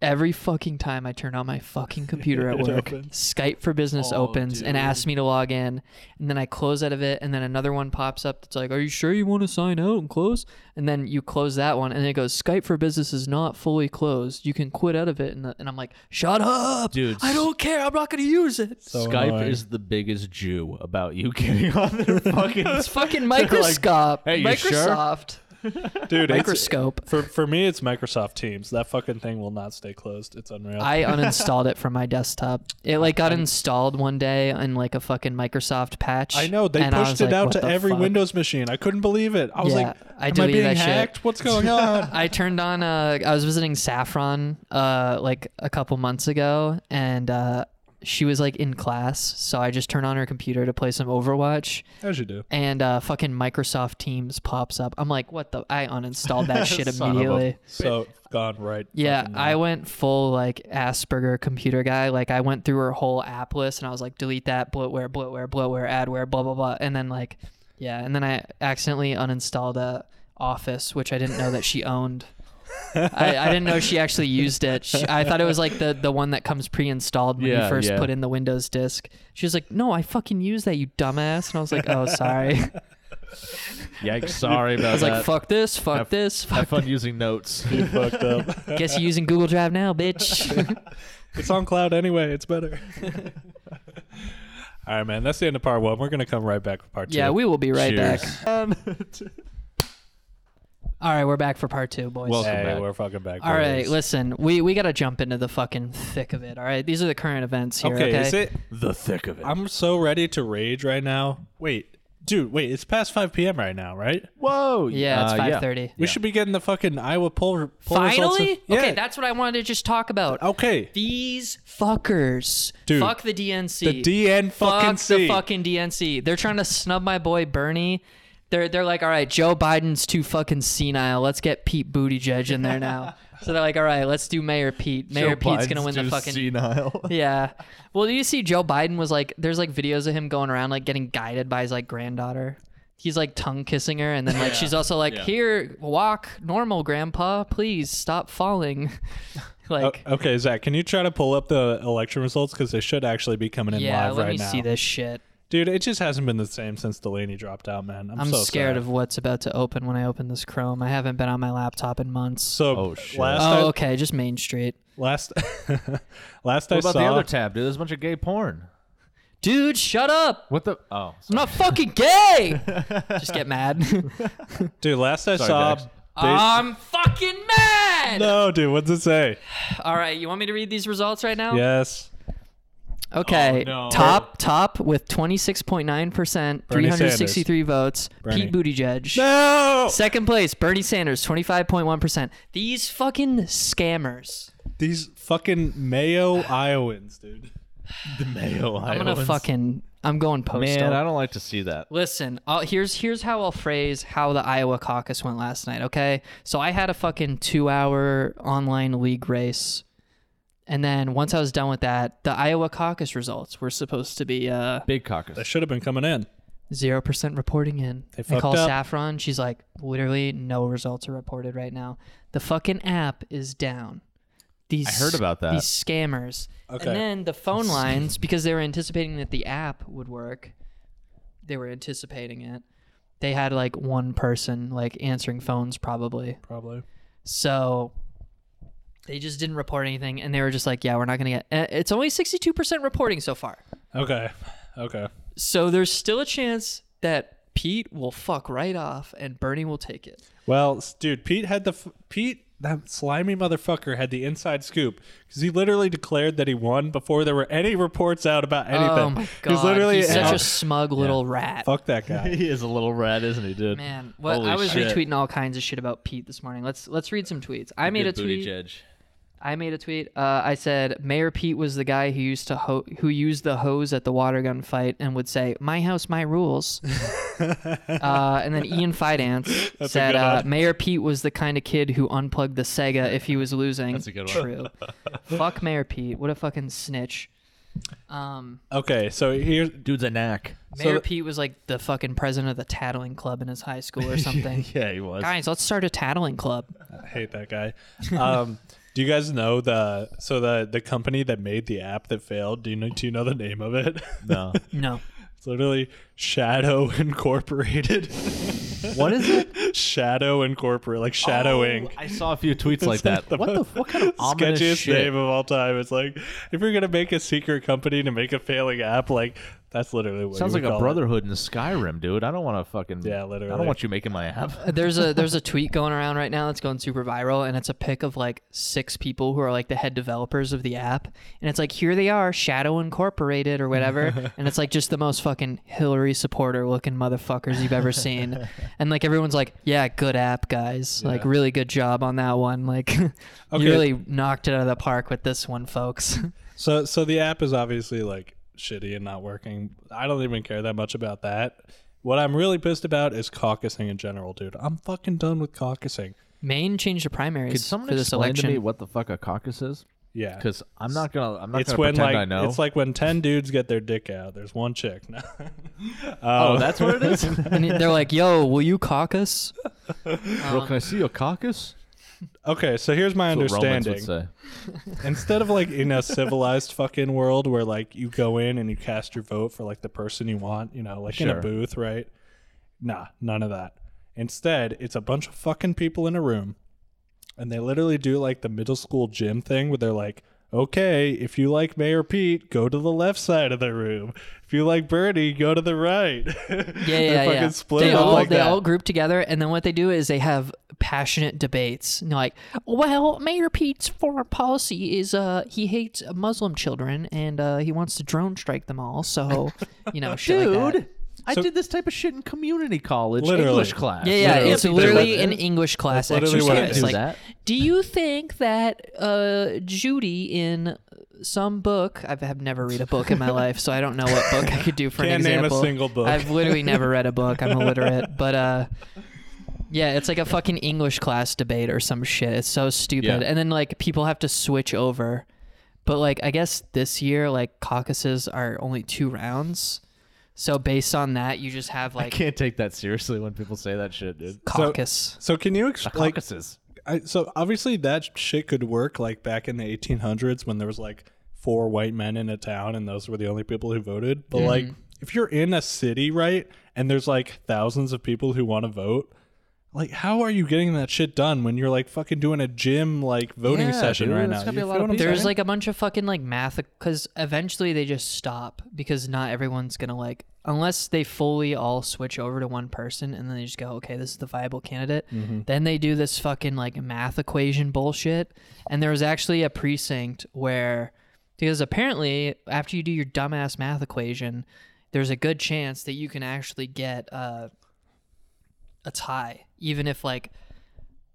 every fucking time I turn on my fucking (laughs) computer at It work, opens. Skype for business Oh, opens dude. and asks me to log in and then I close out of it and then another one pops up that's like, "Are you sure you want to sign out and close?" And then you close that one and it goes, "Skype for business is not fully closed. You can quit out of it." And, the, and I'm like, "Shut up. Dude, I don't care. I'm not going to use it." So Skype annoying. (laughs) is the biggest Jew about you (laughs) getting on their fucking. It's fucking Microscope. "Hey, you sure?" Microsoft. dude. it's- Microscope. for for me, it's Microsoft Teams. That fucking thing will not stay closed. It's unreal. I (laughs) uninstalled it from my desktop. It like got installed one day in like a fucking Microsoft patch. I know they and I pushed was it like, out what to the every fuck? Windows machine. I couldn't believe it. I was Yeah, like, I "Am I deleted being that shit. hacked? What's (laughs) going on?" I turned on. Uh, I was visiting Saffron uh, like a couple months ago, and uh, she was like in class, so I just turned on her computer to play some Overwatch, As you do. and uh, fucking Microsoft Teams pops up. I'm like, what the? I uninstalled (laughs) that shit Son of a- immediately. So gone right. Yeah, fucking I went full like Asperger computer guy. Like I went through her whole app list and I was like, delete that, bloatware, bloatware, bloatware, adware, blah blah blah. And then like, yeah, and then I accidentally uninstalled uh, Office, which I didn't know that she owned. I, I didn't know she actually used it. She, I thought it was like the the one that comes pre-installed when Yeah, you first yeah. put in the Windows disk. She was like, "No, I fucking use that, you dumbass." And I was like, "Oh, (laughs) sorry." I (laughs) Yikes! Sorry about was that. like, "Fuck this, fuck Have- this, fuck." Have fun using notes. (laughs) You (laughs) fucked up. Guess you're using Google Drive now, bitch. It's on cloud anyway. (laughs) It's better. (laughs) All right, man. That's the end of part one. We're gonna come right back with part two. yeah, we will be right Cheers. back. All right, we're back for part two, boys. Well- Hey, Welcome back. we're fucking back. all right, boys. listen, we we gotta jump into the fucking thick of it. All right, these are the current events here. Okay, Okay, is it? the thick of it. I'm so ready to rage right now. Wait, Dude, wait, it's past 5 p.m. right now, right? Whoa. Yeah, it's uh, five thirty. We Yeah. should be getting the fucking Iowa poll, poll results. Finally, of- yeah. okay, that's what I wanted to just talk about. okay. These fuckers, Dude, fuck the DNC, The DN fuck fucking C. the fucking DNC. They're trying to snub my boy Bernie. They're they're like, all right, Joe Biden's too fucking senile. Let's get Pete Buttigieg in there (laughs) now. so they're like, all right, let's do Mayor Pete. Mayor Pete's gonna win the (laughs) fucking senile. (laughs) yeah. Well, do you see Joe Biden was like, there's like videos of him going around like getting guided by his like granddaughter. He's like tongue kissing her, and then (laughs) like she's also like, here, walk normal, grandpa. Please stop falling. (laughs) O- like, okay, Zach, can you try to pull up the election results because they should actually be coming in yeah, live let right me now, see this shit. dude. It just hasn't been the same since Delaney dropped out, man. I'm, I'm so scared sad. of what's about to open when I open this Chrome. I haven't been on my laptop in months. So Oh, shit. last I, Oh, okay, just Main Street. last (laughs) last I What about saw the other tab, dude? There's a bunch of gay porn. Dude, shut up. What the? Oh, I'm not fucking (laughs) gay. just get mad. dude. Last I Sorry, saw. Dex. they- (laughs) I'm fucking mad. no, dude. What's it say? All right, you want me to read these results right now? Yes, Okay. Oh, no. Top top with 26.9%, Bernie 363 votes, Pete Buttigieg. no. Second place, Bernie Sanders, 25.1%. These fucking scammers. These fucking Mayo Iowans, dude. the Mayo I'm going to fucking I'm going postal. man, I don't like to see that. Listen, I'll, here's here's how I'll phrase how the Iowa caucus went last night. Okay, so I had a fucking two hour online league race, and then once I was done with that, the Iowa caucus results were supposed to be uh Big That caucus. should have been coming in. zero percent reporting in. They I fucked call up. Saffron. She's like, literally, no results are reported right now. The fucking app is down. These I heard about that. These scammers. Okay. And then the phone lines, because they were anticipating that the app would work. They were anticipating it. They had like one person like answering phones probably. Probably. So they just didn't report anything and they were just like, yeah, we're not going to get eh, it's only 62% reporting so far. Okay. Okay. So there's still a chance that Pete will fuck right off and Bernie will take it. Well, s- dude, Pete had the f- Pete that slimy motherfucker had the inside scoop because he literally declared that he won before there were any reports out about anything. Oh my god. He's literally He's such out- a smug little rat. (laughs) fuck (laughs) that (laughs) guy. He is a little rat, isn't he, dude? Man, what Holy I was shit. retweeting all kinds of shit about Pete this morning. Let's let's read some tweets. I made a tweet. I made a tweet. Uh, I said Mayor Pete was the guy who used to ho- who used the hose at the water gun fight and would say "My house, my rules." uh, and then Ian Fidance said good uh, one. Mayor Pete was the kind of kid who unplugged the Sega if he was losing. That's a good one. (laughs) True. Fuck Mayor Pete. What a fucking snitch. Um, Okay, so here, Dude's a knack. Mayor Pete was like the fucking president of the tattling club in his high school or something. Yeah, he was. Guys, let's start a tattling club. I hate that guy. Um, (laughs) do you guys know the so the the company that made the app that failed? Do you know, do you know the name of it? (laughs) No. No. it's literally Shadow Incorporated. (laughs) What is it? (laughs) Shadow Incorporated, like Shadow Oh, Inc. Oh, I saw a few tweets like like that. the what the? most What kind (laughs) of ominous sketchiest shit? name of all time. It's like if you're gonna make a secret company to make a failing app, like that's literally what Sounds you like would a call brotherhood in Skyrim, dude. I don't want to fucking. Yeah, I literally. don't want you making my (laughs) app. There's a there's a tweet going around right now that's going super viral, and it's a pic of like six people who are like the head developers of the app, and it's like here they are, Shadow Incorporated (laughs) or whatever, and it's like just the most fucking Hillary supporter looking motherfuckers you've ever seen, (laughs) and like everyone's like, yeah, good app guys, like really good job on that one, like (laughs) you really knocked it out of the park with this one, folks. (laughs) It. So so the app is obviously like shitty and not working. I don't even care that much about that. What I'm really pissed about is caucusing in general, dude. I'm fucking done with caucusing. Maine changed the primaries Could someone for this explain election. to me what the fuck a caucus is? Yeah. Because I'm not gonna. I'm not It's gonna when pretend like I know. it's like when ten dudes get their dick out. There's one chick. (laughs) No. oh, that's what it is. (laughs) (laughs) and they're like, yo, will you caucus? Um, Bro, can I see your caucus? Okay, so here's my That's what Romans understanding. would say. instead of like in a civilized fucking world where like you go in and you cast your vote for like the person you want, you know, like in Sure. a booth, right? Nah, none of that. Instead, it's a bunch of fucking people in a room and they literally do like the middle school gym thing where they're like, okay, if you like Mayor Pete, go to the left side of the room. If you like Bernie, go to the right. (laughs) Yeah, They yeah, fucking yeah. split they it up all like they that. all group together, and then what they do is they have passionate debates. And they're like, "Well, Mayor Pete's foreign policy is uh he hates Muslim children, and uh, he wants to drone strike them all. So, you know, shit like that. I So- did this type of shit in community college Literally. English class. Yeah, yeah, Literally. it's That's literally what it an is. English class That's literally what it exercise. is. Like, Do that. do you think that uh, Judy in some book? I've, I've never read a book in my life, so I don't know what book I could do for an Can't name a example. single book. I've literally never read a book. I'm (laughs) illiterate, but uh, yeah, it's like a fucking English class debate or some shit. It's so stupid. Yeah. And then like people have to switch over, but like I guess this year like caucuses are only two rounds, so based on that you just have I like can't take that seriously when people say that shit, dude. caucus. So can you explain? Like, Caucuses. I, so obviously that shit could work like back in the 1800s when there was like four white men in a town and those were the only people who voted. But like if you're in a city, right, and there's like thousands of people who want to vote, like how are you getting that shit done when you're like fucking doing a gym like voting Yeah, session dude, right it's now? gonna be You a lot feel of what I'm people. There's saying? like a bunch of fucking like math because eventually they just stop because not everyone's gonna like unless they fully all switch over to one person and then they just go okay this is the viable candidate. Then they do this fucking like math equation bullshit. And there was actually a precinct where because apparently after you do your dumbass math equation, there's a good chance that you can actually get uh, a tie even if like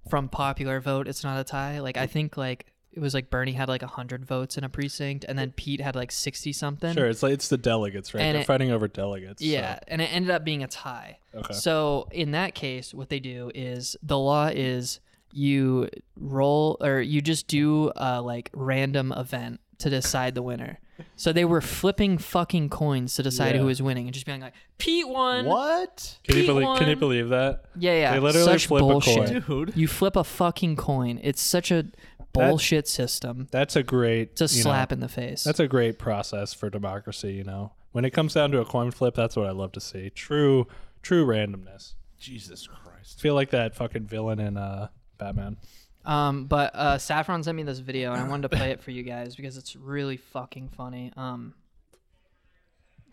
from popular vote it's not a tie like Mm. i think like it was like bernie had like 100 votes in a precinct and then pete had like 60 something sure. It's like it's the delegates, right? And They're it- fighting over delegates. so- yeah and it ended up being a tie Okay. so in that case what they do is the law is you roll or you just do a like random event to decide the winner so they were flipping fucking coins to decide who was winning and just being like pete won What? Can you Pete believe? Can you won. believe that? yeah yeah They literally such flip a bullshit coin. Dude. You flip a fucking coin. It's such a bullshit system. That's a great. It's a you know, slap in the face. That's a great process for democracy, you know. When it comes down to a coin flip, that's what I love to see. True true randomness. Jesus Christ. Feel like that fucking villain in uh Batman. um, but uh, Saffron sent me this video, and I wanted to play it for you guys because it's really fucking funny. Um,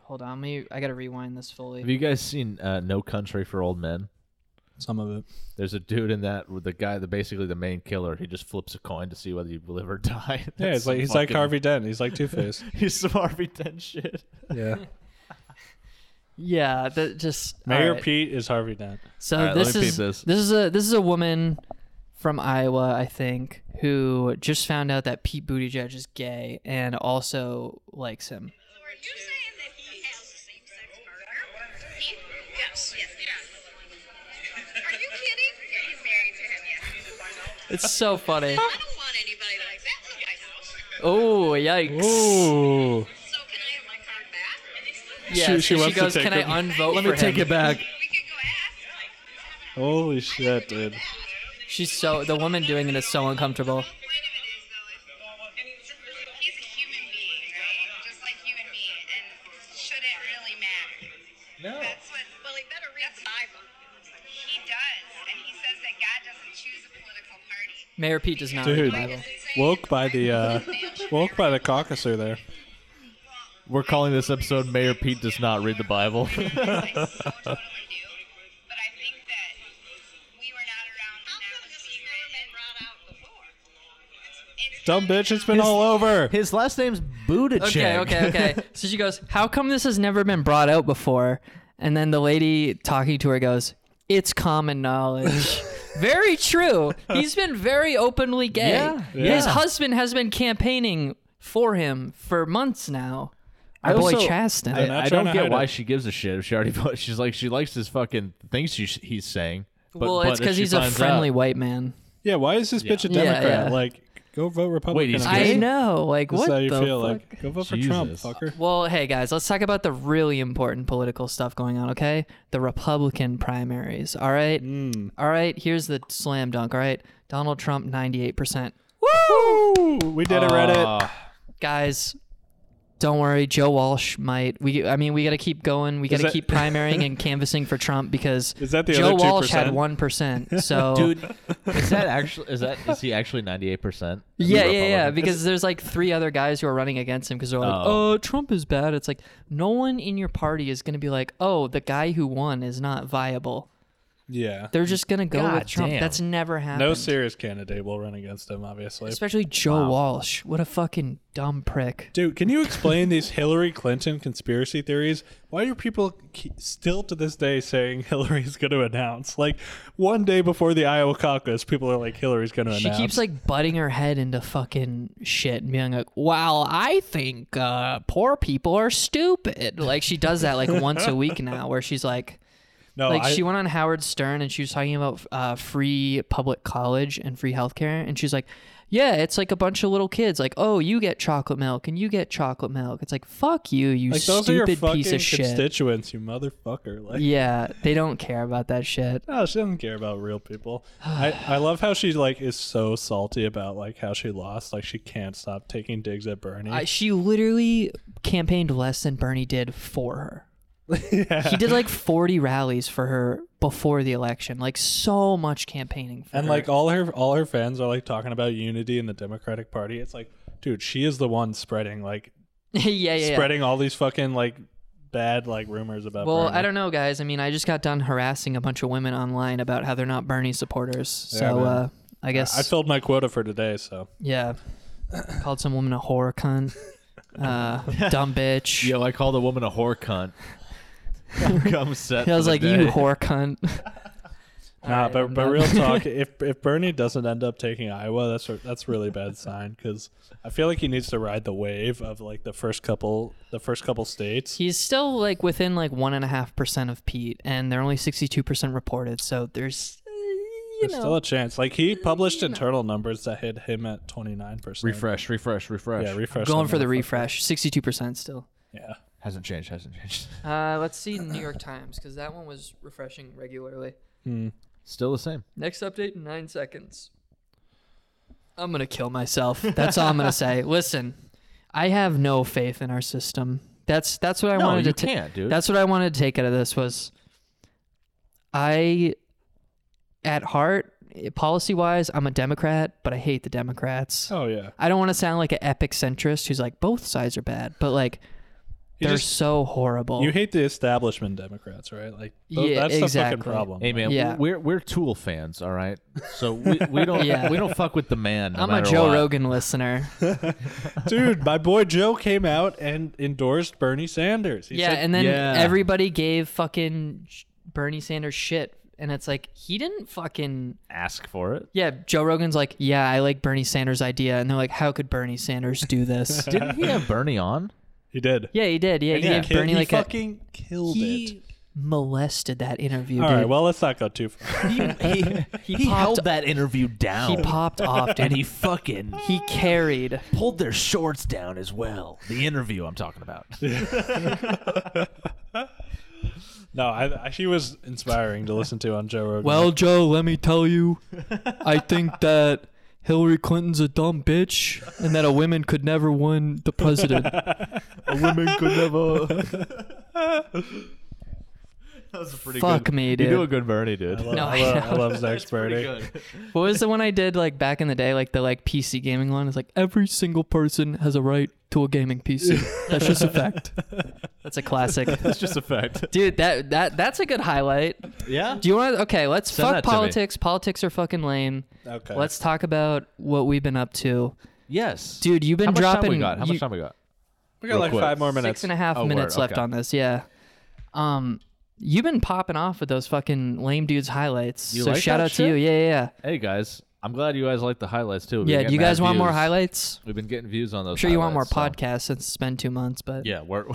hold on, let me. I gotta rewind this fully. Have you guys seen uh, No Country for Old Men? Some of it. There's a dude in that with the guy, the basically the main killer. He just flips a coin to see whether you live or (laughs) die. Yeah, That's it's like some he's like fucking- Harvey Dent. He's like (laughs) Two Face. He's some Harvey Dent shit. yeah. yeah, that just (laughs) Mayor alright. Pete is Harvey Dent. So All right, let this me peep is this. this. is a this is a woman from Iowa, I think, who just found out that Pete Buttigieg is gay and also likes him. Are you saying that he has a same-sex partner? He? Yes. Yes. Yeah. Are you kidding? Yeah, he's married to him. Yes. It's so (laughs) funny. I don't want anybody that likes that in Oh my house. yikes! Ooh. So can I have my card back? Yeah, She- so she, she wants to goes, take "Can it- I unvote Let for me take him?" it back. We could go ask. Oh. Holy shit, dude. She's so the woman doing it is so uncomfortable. The point of it is, though, is he's a human being, right? Just like you and me. And should it really matter? No. That's what. Well, he better read the Bible. He does, and he says that God doesn't choose a political party. Mayor Pete does not read Dude. the Bible. Woke by the uh woke by the caucuser there. We're calling this episode Mayor Pete Does Not Read the Bible. (laughs) I so totally do, but I think that we were not around. How come this has never been brought out before? It's Dumb bitch, it's been all over. (laughs) His last name's Budacek. Okay, okay, (laughs) okay. So she goes, "How come this has never been brought out before?" And then the lady talking to her goes, "It's (laughs) common knowledge." very true. He's been very openly gay. Yeah, His yeah. husband has been campaigning for him for months now. Our I boy also- Chasten. I, not I don't trying to get hide why it. she gives a shit. If she already, (laughs) voted. she's like, she likes his fucking things she, he's saying. But, well, but it's if because she he's a finds friendly out- white man. Yeah, why is this bitch a Yeah, Democrat? yeah. Like go vote Republican. he's I guess. I gay? know. Like, This is what how you the feel fuck? like go vote for Trump, Jesus. fucker. Well, hey guys, let's talk about the really important political stuff going on, okay? The Republican primaries, all right? Mm. All right, here's the slam dunk, all right? Donald Trump 98%. Woo! We did it, Reddit. Ah, Guys, don't worry, Joe Walsh might we I mean, we got to keep going. We got to that- (laughs) keep primarying and canvassing for Trump because Is that the Joe other Walsh had 2%? (laughs) 1%. So dude, is that actually? Is that? Is he actually ninety eight percent? Yeah, yeah, yeah. Because there's like three other guys who are running against him because they're like, Oh. "Oh, Trump is bad." It's like no one in your party is gonna be like, "Oh, the guy who won is not viable." Yeah. They're just gonna go God with Trump. damn. That's never happened. No serious candidate will run against him, obviously. Especially Joe Walsh. What a fucking dumb prick. Dude, can you explain these Hillary Clinton conspiracy theories? Why are people ke- still to this day saying (laughs) Hillary's going to announce? Like one day before the Iowa caucus, people are like, Hillary's going to She announce. keeps like butting her head into fucking shit and being like, "Well, I think uh, poor people are stupid." Like she does that like once a week now, where she's like, no, like I- she went on Howard Stern and she was talking about uh, free public college and free healthcare, and she's like, "Yeah, it's like a bunch of little kids. Like, oh, you get chocolate milk and you get chocolate milk. It's like, fuck you, you like those are your stupid fucking piece of shit." constituents, you motherfucker. Like, Yeah, they don't care about that shit. no, she doesn't care about real people. (sighs) I, I love how she like is so salty about like how she lost. Like she can't stop taking digs at Bernie. I, she literally campaigned less than Bernie did for her. He did like 40 rallies for her before the election. Like so much campaigning for and her. like all her all her fans are like talking about unity in the Democratic Party. It's like, dude, she is the one spreading like (laughs) yeah, yeah, yeah. spreading all these fucking like bad like rumors about. Well, Bernie. I don't know, guys. I mean, I just got done harassing a bunch of women online about how they're not Bernie supporters. Yeah, So man. uh, I guess, I filled my quota for today, so (coughs) yeah, called some woman a whore (laughs) cunt, uh, dumb bitch. Yo, I called a woman a whore (laughs) cunt. Come set. I for was the like, day. you whore cunt. nah. Alright, but I'm but done. real talk, if if Bernie doesn't end up taking Iowa, that's a- that's a (laughs) really bad sign because I feel like he needs to ride the wave of like the first couple the first couple states. He's still like within like one and a half percent of Pete, and they're only sixty-two percent reported. So there's, uh, you There's know, still a chance. Like he published internal numbers that hit him at twenty nine percent. refresh, refresh, refresh. Yeah, refresh. going on for that. the refresh. Sixty-two percent still. Yeah. hasn't changed. Hasn't changed. Uh, let's see New York Times because that one was refreshing regularly. (laughs) Still the same. Next update in nine seconds. I'm gonna kill myself. That's all I'm gonna (laughs) say. Listen, I have no faith in our system. That's that's what I no, wanted Oh, you to take. can't, dude. That's what I wanted to take out of this was, I, at heart, policy wise, I'm a Democrat, but I hate the Democrats. Oh yeah. I don't want to sound like an epic centrist who's like both sides are bad, but like You they're just- so horrible. You hate the establishment Democrats, right? Like tho- Oh. Yeah, that's the exactly. fucking problem. Hey man, Yeah. we're we're Tool fans, all right. So (laughs) we, we don't Yeah. we don't fuck with the man. No I'm a matter Joe what. Rogan (laughs) listener. Dude, my boy Joe came out and endorsed Bernie Sanders. He Yeah, said- and then Yeah. everybody gave fucking sh- Bernie Sanders shit, and it's like he didn't fucking. Ask for it. Yeah, Joe Rogan's like, yeah, I like Bernie Sanders' idea, and they're like, how could Bernie Sanders do (laughs) this? Didn't he have Bernie (laughs) on? he did. yeah, he did. Yeah, he He, gave killed- Bernie he like a, fucking killed it. he molested that interview. All dude. right, well, let's not go too far. he, (laughs) he, popped- held that interview down. (laughs) he popped off, dude. and he, he fucking carried. pulled their shorts down as well. The interview I'm talking (laughs) about. No, I, I, he was inspiring to listen to on Joe Rogan. Well, Joe, let me tell you, (laughs) I think that Hillary Clinton's a dumb bitch and that a woman could never win the president. Women could never. that was a pretty Fuck good. me, You do a dude. good Bernie, I dude. love, No, I I love, know. I (laughs) love Zach Bernie. What was the one I did like back in the day, like the like PC gaming one? It's like Every single person has a right to a gaming PC. That's just a (laughs) fact. that's a classic, That's just a fact. dude. That that that's a good highlight. Yeah. Do you want to? Okay, let's Send fuck that to me. politics. Politics are fucking lame. Okay. Let's talk about what we've been up to, Yes. dude. You've been How much dropping. time we got? How you- much time we got? we got like real quick. five more minutes. Six and a half Oh, minutes word, left okay. on this. Yeah. Um, you've been popping off with those fucking lame dudes highlights. You so like shout that out to you. shit? Yeah, yeah, Hey guys, I'm glad you guys like the highlights too. We've been yeah. yeah do getting you guys mad want more views. highlights? We've been getting views on those. I'm sure you want more highlights, so- podcasts since it's been two months, but Yeah, (laughs) we're we're,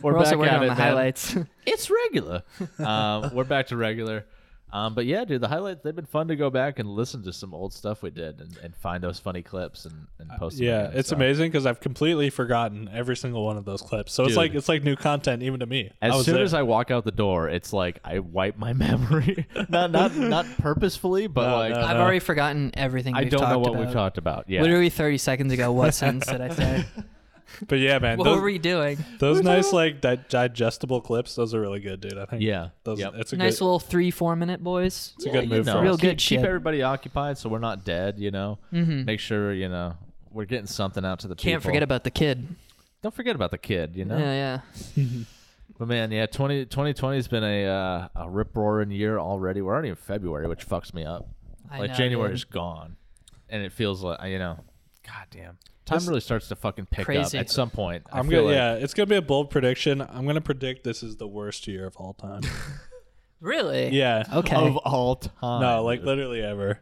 we're back also working at on it, the man. (laughs) highlights. (laughs) It's regular. um, we're back to regular. Um, but yeah, dude, the highlights they've been fun to go back and listen to some old stuff we did and, and find those funny clips and, and post. them Yeah, again, it's so. amazing because I've completely forgotten every single one of those clips. So it's Dude. like it's like new content even to me. I As was soon there. as I walk out the door, it's like I wipe my (laughs) memory. not not not purposefully, but No, like no, I've no. already forgotten everything. I we've don't know talked what about. we've talked about. Yeah. Literally 30 seconds ago, (laughs) what sentence did I say? But yeah, man, what those, were we doing? those nice like di- digestible clips, those are really good, dude. I think. Yeah. those, Yep. it's a Nice good, little three, four minute, boys. it's a good move. you for know, Real us. keep- good Keep shit. everybody occupied so we're not dead, you know. Make sure, you know, we're getting something out to the Mm-hmm. Can't people. forget about the kid. Don't forget about the kid, you know. Yeah, yeah. But man, yeah, 20, 2020 has been a uh, a rip roaring year already. We're already in February, which fucks me up. I like know, January dude. is gone, and it feels like you know, goddamn, time really starts to fucking pick Crazy. up at some point. I I'm feel gonna like- yeah, it's gonna be a bold prediction. I'm gonna predict this is the worst year of (laughs) all time. Really? yeah. Okay. of all time. No, (laughs) like literally ever.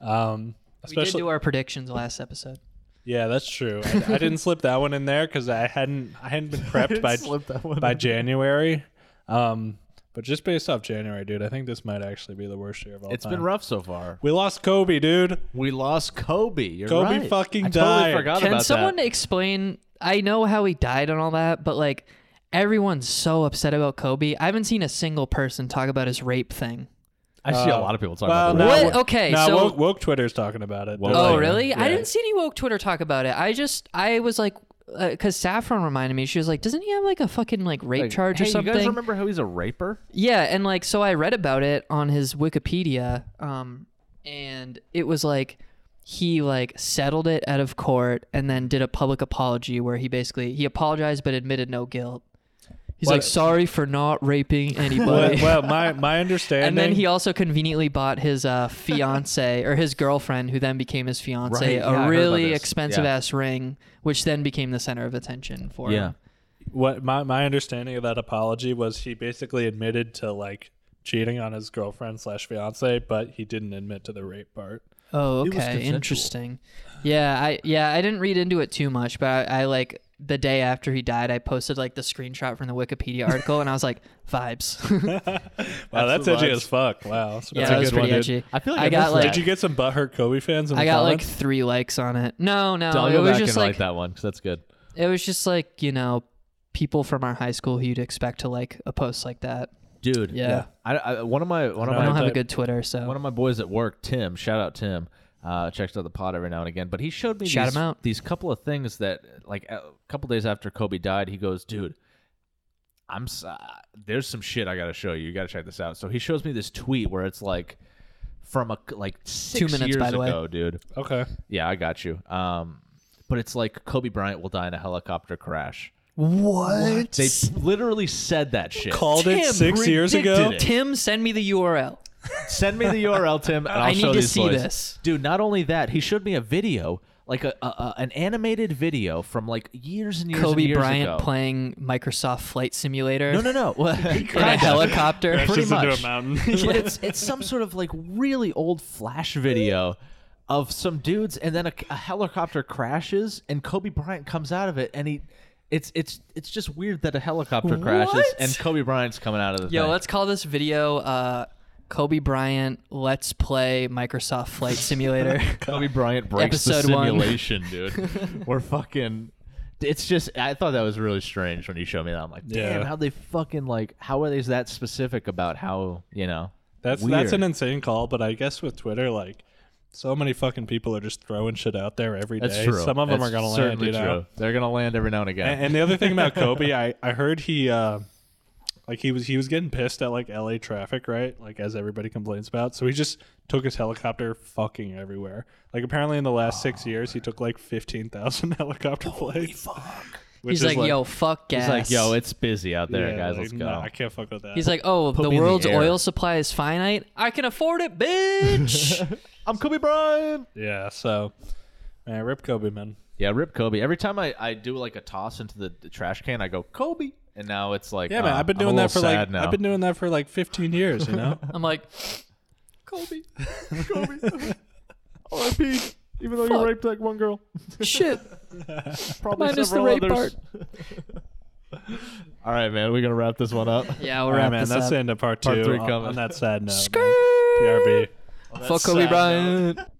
Um we did especially do our predictions last episode. Yeah, that's true. I, I didn't slip that one in there because I hadn't I (laughs) hadn't been prepped by by January. Um but just based off January, dude, I think this might actually be the worst year of all it's time. been rough so far. We lost Kobe, dude. We lost Kobe. You're Kobe right. fucking I totally died. forgot Can about someone that. explain? I know how he died and all that, but like everyone's so upset about Kobe. I haven't seen a single person talk about his rape thing. I see a lot of people talking Um, Well, about now that. What? wo- Okay, now so- woke, woke Twitter's talking about it. They're Oh, like- really? Yeah. I didn't see any woke Twitter talk about it. I just, I was like, because Saffron reminded me, she was like, doesn't he have like a fucking like rape Like, charge hey, or something? You guys remember how he's a raper? Yeah, and like so I read about it on his Wikipedia, um, and it was like he like settled it out of court and then did a public apology where he basically he apologized but admitted no guilt. He's What- like sorry for not (laughs) raping Well, anybody. (laughs) well, my my understanding. And then he also conveniently bought his uh, fiance (laughs) or his girlfriend, who then became his fiance, Right, yeah, I heard a about really this. expensive Yeah. ass ring, which then became the center of attention for him. what my, my understanding of that apology was he basically admitted to like cheating on his girlfriend slash fiance but he didn't admit to the rape part Oh, It was okay, consensual. interesting. Yeah, I yeah I didn't read into it too much, but I, I like the day after he died, I posted like the screenshot from the Wikipedia article, and I was like, (laughs) vibes. wow That's that's, the edgy vibes. as fuck wow that's, yeah, a that was good one pretty dude. edgy. I feel like I I got missed like that. did you get some butthurt kobe fans in the I got like comments? three likes on it. No, no, I'll it go was back and just like like that one because that's good. it was just like you know people from our high school who you'd expect to like a post like that. Dude, Yeah. Yeah. I, I, one of my one of I don't my have a good Twitter, so one of my boys at work, Tim. Shout out Tim. Uh, checks out the pod every now and again, but he showed me Shout these, him out. these couple of things that, like, a couple days after Kobe died, he goes, "Dude, I'm s- uh, there's some shit I gotta show you. You gotta check this out." So he shows me this tweet where it's like from a c- like six minutes, years by the way. ago, dude. okay Yeah, I got you. Um, but it's like Kobe Bryant will die in a helicopter crash. what They literally said that shit. called it Tim six years ago predicted it. Tim, send me the URL. Send me the URL, Tim, and I'll I need show to these see boys. this. Dude, not only that, he showed me a video, like a, a, a an animated video from like years and years and Kobe years Bryant ago. playing Microsoft Flight Simulator. No, no, no. Well, (laughs) in a helicopter. pretty into much. a mountain. (laughs) but (laughs) it's it's some sort of like really old flash video of some dudes, and then a, a helicopter crashes, and Kobe Bryant comes out of it, and he. It's it's it's just weird that a helicopter crashes What? and Kobe Bryant's coming out of the Yo, thing. let's call this video uh, Kobe Bryant Let's Play (laughs) Microsoft Flight Simulator. (laughs) Kobe Bryant breaks the Episode one. simulation, (laughs) dude. We're fucking. It's just I thought that was really strange when you showed me that. I'm like, damn, Yeah. how they fucking like, how are they that specific about how you know? that's weird. that's an insane call but i guess with twitter like so many fucking people are just throwing shit out there every day. That's true. Some of them That's are gonna land, certainly you know. true. They're gonna land every now and again. And, and the other thing about Kobe, I, I heard he uh, like he was he was getting pissed at like LA traffic, right? Like as everybody complains about. So he just took his helicopter fucking everywhere. Like apparently in the last six years he took like fifteen thousand (laughs) helicopter flights. Which He's is like, yo, fuck gas. He's like, yo, it's busy out there, yeah, guys. like, Let's go. nah, I can't fuck with that. He's like, oh, the me in the world's air." oil supply is finite. I can afford (laughs) it, bitch. I'm Kobe Bryant. yeah, so man, rip Kobe, man. Yeah, rip Kobe. Every time I, I do like a toss into the, the trash can, I go Kobe, and now it's like, Yeah, man, uh, I've been I'm a doing that little for like sad now. I've been doing that for like fifteen (laughs) years, you know. I'm like, Kobe. Kobe. R.I.P. Even though Fuck. you raped that one girl. shit. Probably Minus the several rape others. (laughs) All right, man. We're gonna wrap this one up. (laughs) Yeah, All we're right, at man, this that's the up. end of part two. Part three on, coming. on that sad note. man. Skirt. PRB. Fuck Kobe sad Bryant. (laughs)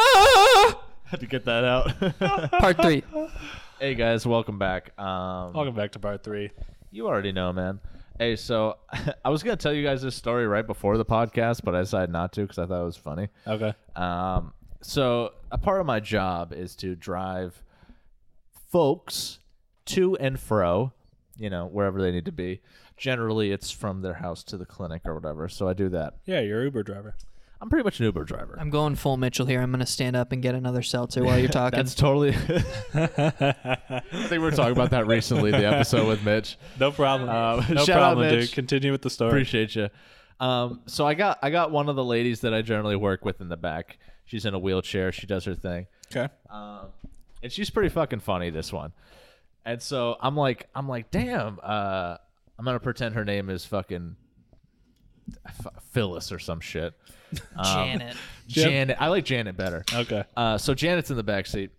Ah! Had (laughs) to get that out. (laughs) Part three. hey guys, welcome back. Um, Welcome back to part three. You already know, man. Hey, so (laughs) I was gonna tell you guys this story right before the podcast, but I decided not to because I thought it was funny. Okay. Um, so a part of my job is to drive folks to and fro, you know, wherever they need to be. Generally, it's from their house to the clinic or whatever. So I do that. Yeah, you're Uber driver. I'm pretty much an Uber driver. I'm going full Mitchell here. I'm gonna stand up and get another seltzer while (laughs) you're talking. That's totally. I think we were talking about (laughs) that recently, the episode with Mitch. No problem. Uh, Um, (laughs) no shout out, problem, Mitch. dude. Continue with the story. Appreciate you. Um, so I got I got one of the ladies that I generally work with in the back. She's in a wheelchair. She does her thing. Okay. Um, and she's pretty fucking funny this one and so i'm like i'm like damn uh i'm gonna pretend her name is fucking F- phyllis or some (laughs) shit um, Janet. janet i like janet better Okay. uh, so Janet's in the back seat.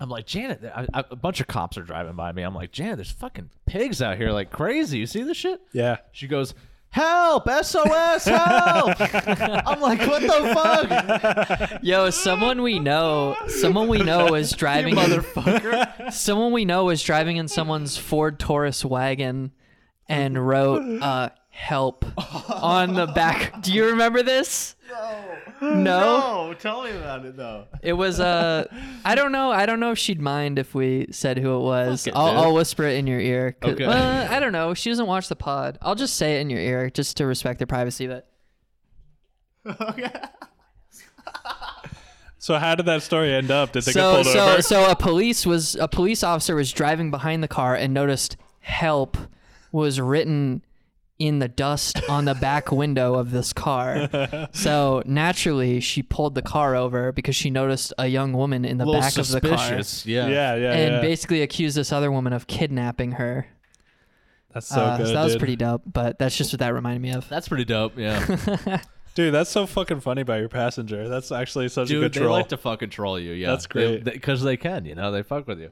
I'm like Janet. I, I, a bunch of cops are driving by me. I'm like Janet. There's fucking pigs out here like crazy. You see this shit? Yeah. She goes, "Help! SOS! (laughs) Help!" I'm like, "What the fuck, Yo, someone we know, someone we know is driving. in, motherfucker?" (laughs) someone we know is driving in someone's Ford Taurus wagon, and wrote uh, "help" on the back. Do you remember this? No. No. Oh, tell me about it though. It was uh, I don't know. I don't know if she'd mind if we said who it was. Fuck it, I'll, dude. I'll whisper it in your ear. 'cause- Okay. well, I don't know. She doesn't watch the pod. I'll just say it in your ear just to respect their privacy. But So how did that story end up? Did they so get pulled so over? so a police was a police officer was driving behind the car and noticed help was written in the dust on the (laughs) back window of this car. So naturally she pulled the car over because she noticed a young woman in A the little back of the car. suspicious. Yeah. yeah, yeah, And yeah. basically accused this other woman of kidnapping her. that's so Uh, good. that was dude. pretty dope, but that's just what that reminded me of. That's pretty dope. Yeah. Dude, that's so fucking funny by your passenger. That's actually such a Dude, good they troll. like to fucking troll you. Yeah. That's great. Because they, can, you know, they fuck with you.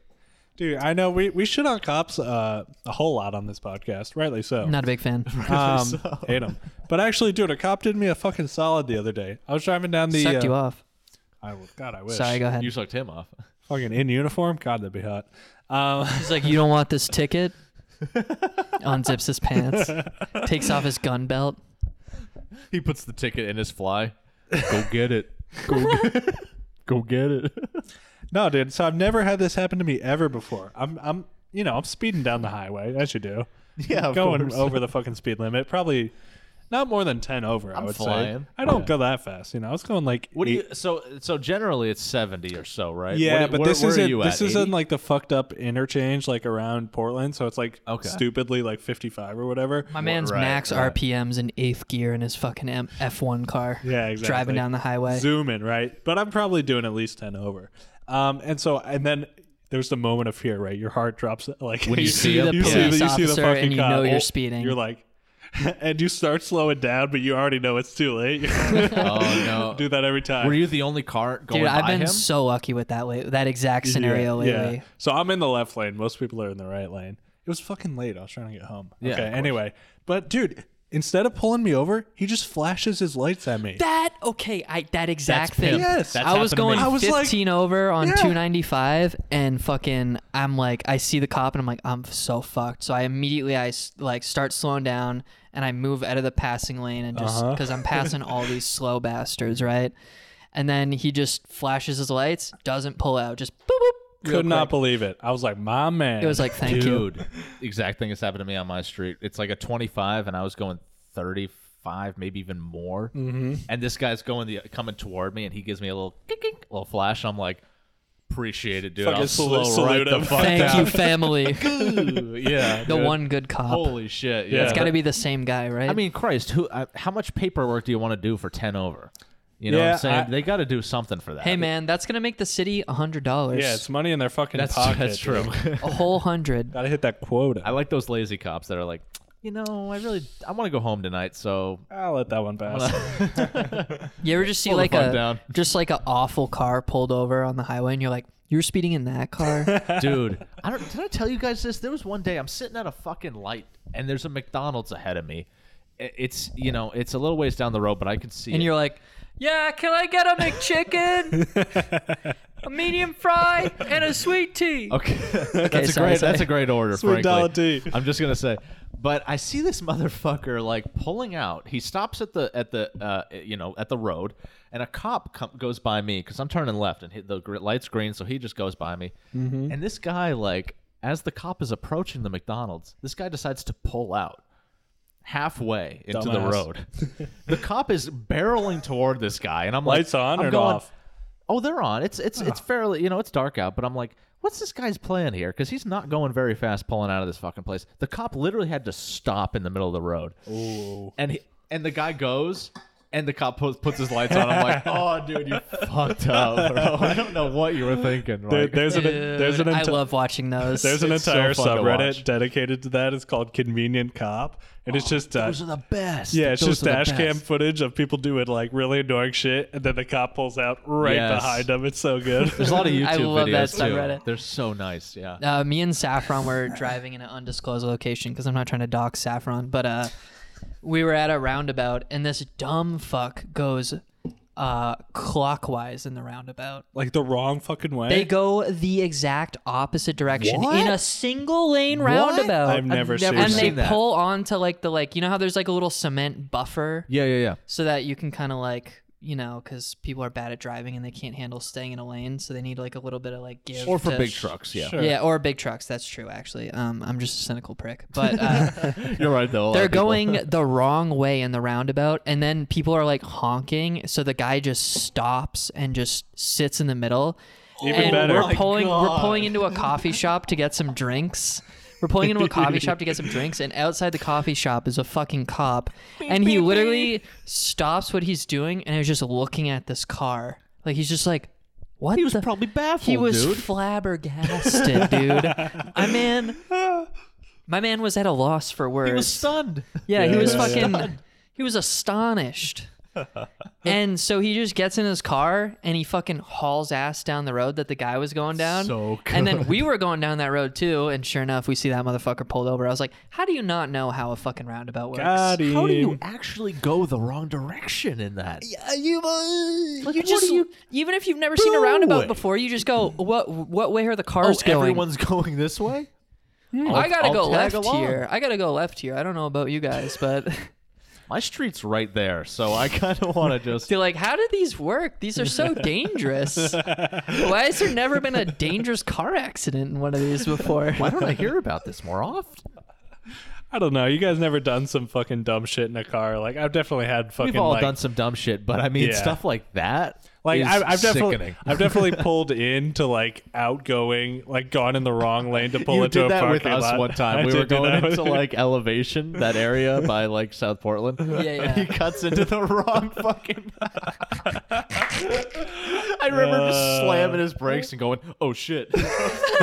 Dude, I know we, we shit on cops uh, a whole lot on this podcast, rightly so. I'm not a big (laughs) fan. um, hate 'em. But actually, dude, a cop did me a fucking solid the other day. I was driving down the. Sucked uh, you off. I, God, I wish. Sorry, go ahead. You sucked him off. (laughs) Fucking in uniform. God, that'd be hot. Um, He's like, you don't want (laughs) this ticket. Unzips his pants, takes off his gun belt. He puts the ticket in his fly. Go get (laughs) it. Go get it. (laughs) Go get it. no, dude. So I've never had this happen to me ever before. I'm I'm you know I'm speeding down the highway as you (laughs) do. Yeah, of going course. over the fucking speed limit. Probably not more than ten over. i I'm would say. flying. I don't go that fast. You know, I was going like. What do you? eight- So so generally it's seventy or so, right? Yeah, What do- but where, this where isn't are you this at, isn't 80? like the fucked up interchange like around Portland, so it's like Okay. stupidly like 55 or whatever. My man's right, max right. RPMs in eighth gear in his fucking M- F1 car. Yeah, exactly. Driving down the highway. zooming right but i'm probably doing at least 10 over um and so and then there's the moment of fear right your heart drops (laughs) like when you see the you see, police the, you see the officer fucking and you cop. know you're Well, speeding. you're like (laughs) and you start slowing down but you already know it's too late (laughs) Oh no. do that every time Were you the only car going Dude, I've by been him? so lucky with that way, that exact scenario lately. So I'm in the left lane. Most people are in the right lane. It was fucking late. I was trying to get home. Yeah, okay. of course. Anyway, but dude, instead of pulling me over, he just flashes his lights at me. That okay, I that exact pimp. thing. Yes. That's I happened was to going me. I was like- 15 over on Yeah. 295 and fucking I'm like I see the cop and I'm like I'm so fucked. So I immediately I s- like start slowing down and I move out of the passing lane and just Uh-huh. cuz I'm passing all these slow bastards, right? And then he just flashes his lights, doesn't pull out, just boop boop. real Could not quick. believe it. I was like, my man. It was like thank you. Dude, exact thing has happened to me on my street. It's like a 25, and I was going 35, maybe even more. Mm-hmm. And this guy's going the coming toward me, and he gives me a little kink, kink, little flash. I'm like, appreciate it, dude. Fucking I'll salute- slow salute right the him. (laughs) fuck Thank down. you family. Ooh, yeah, the one good cop. Holy shit! Yeah, Yeah. it's got to be the same guy, right? I mean, Christ, who? Uh, how much paperwork do you want to do for 10 over? You know what Yeah, I'm saying? I- they got to do something for that. Hey man, that's gonna make the city a hundred dollars. yeah, it's money in their fucking that's pocket. that's true. dude. (laughs) a whole hundred. Gotta hit that quota. I like those lazy cops that are like, you know, I really I want to go home tonight, so I'll let that one pass. You ever just see Pull the like fuck a down. (laughs) just like an awful car pulled over on the highway, and you're like, you're speeding in that (laughs) car. dude i don't did i tell you guys this there was one day i'm sitting at a fucking light and there's a mcdonald's ahead of me I- it's you know it's a little ways down the road but i can see and it. you're like, yeah, can I get a McChicken, (laughs) a medium fry, and a sweet tea? Oh, okay that's a sorry, great sorry. that's a great order Sweet dollar frankly tea. i'm just gonna say but i see this motherfucker like pulling out he stops at the at the uh, you know at the road and a cop com- goes by me because i'm turning left and hit the gr- light's green so he just goes by me and this guy like as the cop is approaching the mcdonald's this guy decides to pull out halfway into the Dumbass. road. the cop is barreling toward this guy, and I'm like, Lights on I'm or going, off? Ah. Oh, they're on. It's it's it's fairly, you know, it's dark out, but I'm like, what's this guy's plan here? Because he's not going very fast, pulling out of this fucking place. The cop literally had to stop in the middle of the road, Ooh. and he, and the guy goes. And the cop puts, puts his lights on. I'm (laughs) like, oh, dude, you fucked up, bro. (laughs) I don't know what you were thinking. There- like- there's an there's an Dude, I enti- love watching those. there's an It's so entire fun to watch. Oh, subreddit dedicated to that. It's called Convenient Cop, and it's just uh, Those are the best. yeah, it's Those just are the dash cam best. footage of people doing like really annoying shit, and then the cop pulls out right Yes. behind them. It's so good. (laughs) (laughs) There's a lot of YouTube I love that videos too. subreddit. They're so nice. Yeah. uh, me and Saffron were driving in an undisclosed location because I'm not trying to dock Saffron, but uh, we were at a roundabout and this dumb fuck goes uh, clockwise in the roundabout. like the wrong fucking way. They go the exact opposite direction What? in a single lane roundabout. I've never, never seen and they seen that. pull onto like the like you know how there's like a little cement buffer Yeah, yeah, yeah. so that you can kind of like you know because people are bad at driving and they can't handle staying in a lane so they need like a little bit of like give Or for to- big trucks, yeah. Sure. yeah or big trucks that's true actually um i'm just a cynical prick but (laughs) uh, You're right though. a lot they're of people- going (laughs) the wrong way in the roundabout and then people are like honking so the guy just stops and just sits in the middle Even and Oh better. we're pulling we're pulling into (laughs) a coffee shop to get some drinks we're pulling into a coffee shop to get some drinks and outside the coffee shop is a fucking cop and he literally stops what he's doing and is just looking at this car like he's just like what He was the- probably baffled, he was dude. flabbergasted, dude. (laughs) I man, my man was at a loss for words. He was stunned. yeah, he Yeah, was yeah, yeah. fucking. He (laughs) was astonished. and so he just gets in his car and he fucking hauls ass down the road that the guy was going down. So And then we were going down that road too, and sure enough, we see that motherfucker pulled over. I was like, "How do you not know how a fucking roundabout works?" Got him. How do you actually go the wrong direction in that? Like, you just, even if you've never seen a roundabout before, you just go, "What? What way are the Oh, cars going?" everyone's going this way. Hmm. I gotta I'll go tag left along. here. I gotta go left here. I don't know about you guys, but (laughs) My street's right there, so I (laughs) kind of want to just. they're like, how do these work? These are so dangerous. Why has there never been a dangerous car accident in one of these before? (laughs) Why (laughs) don't I hear about this more often? I don't know. You guys never done some fucking dumb shit in a car? Like I've definitely had fucking We've all like, done some dumb shit, but I mean Yeah. stuff like that. like is I've, I've definitely sickening. (laughs) I've definitely pulled into like outgoing, like gone in the wrong lane to pull you into did a that parking with us lot. one I time. We did were do going that with- into like elevation, that (laughs) area by like South Portland. yeah. And he cuts into the wrong (laughs) fucking. I remember just slamming his brakes and going, "Oh shit!" (laughs)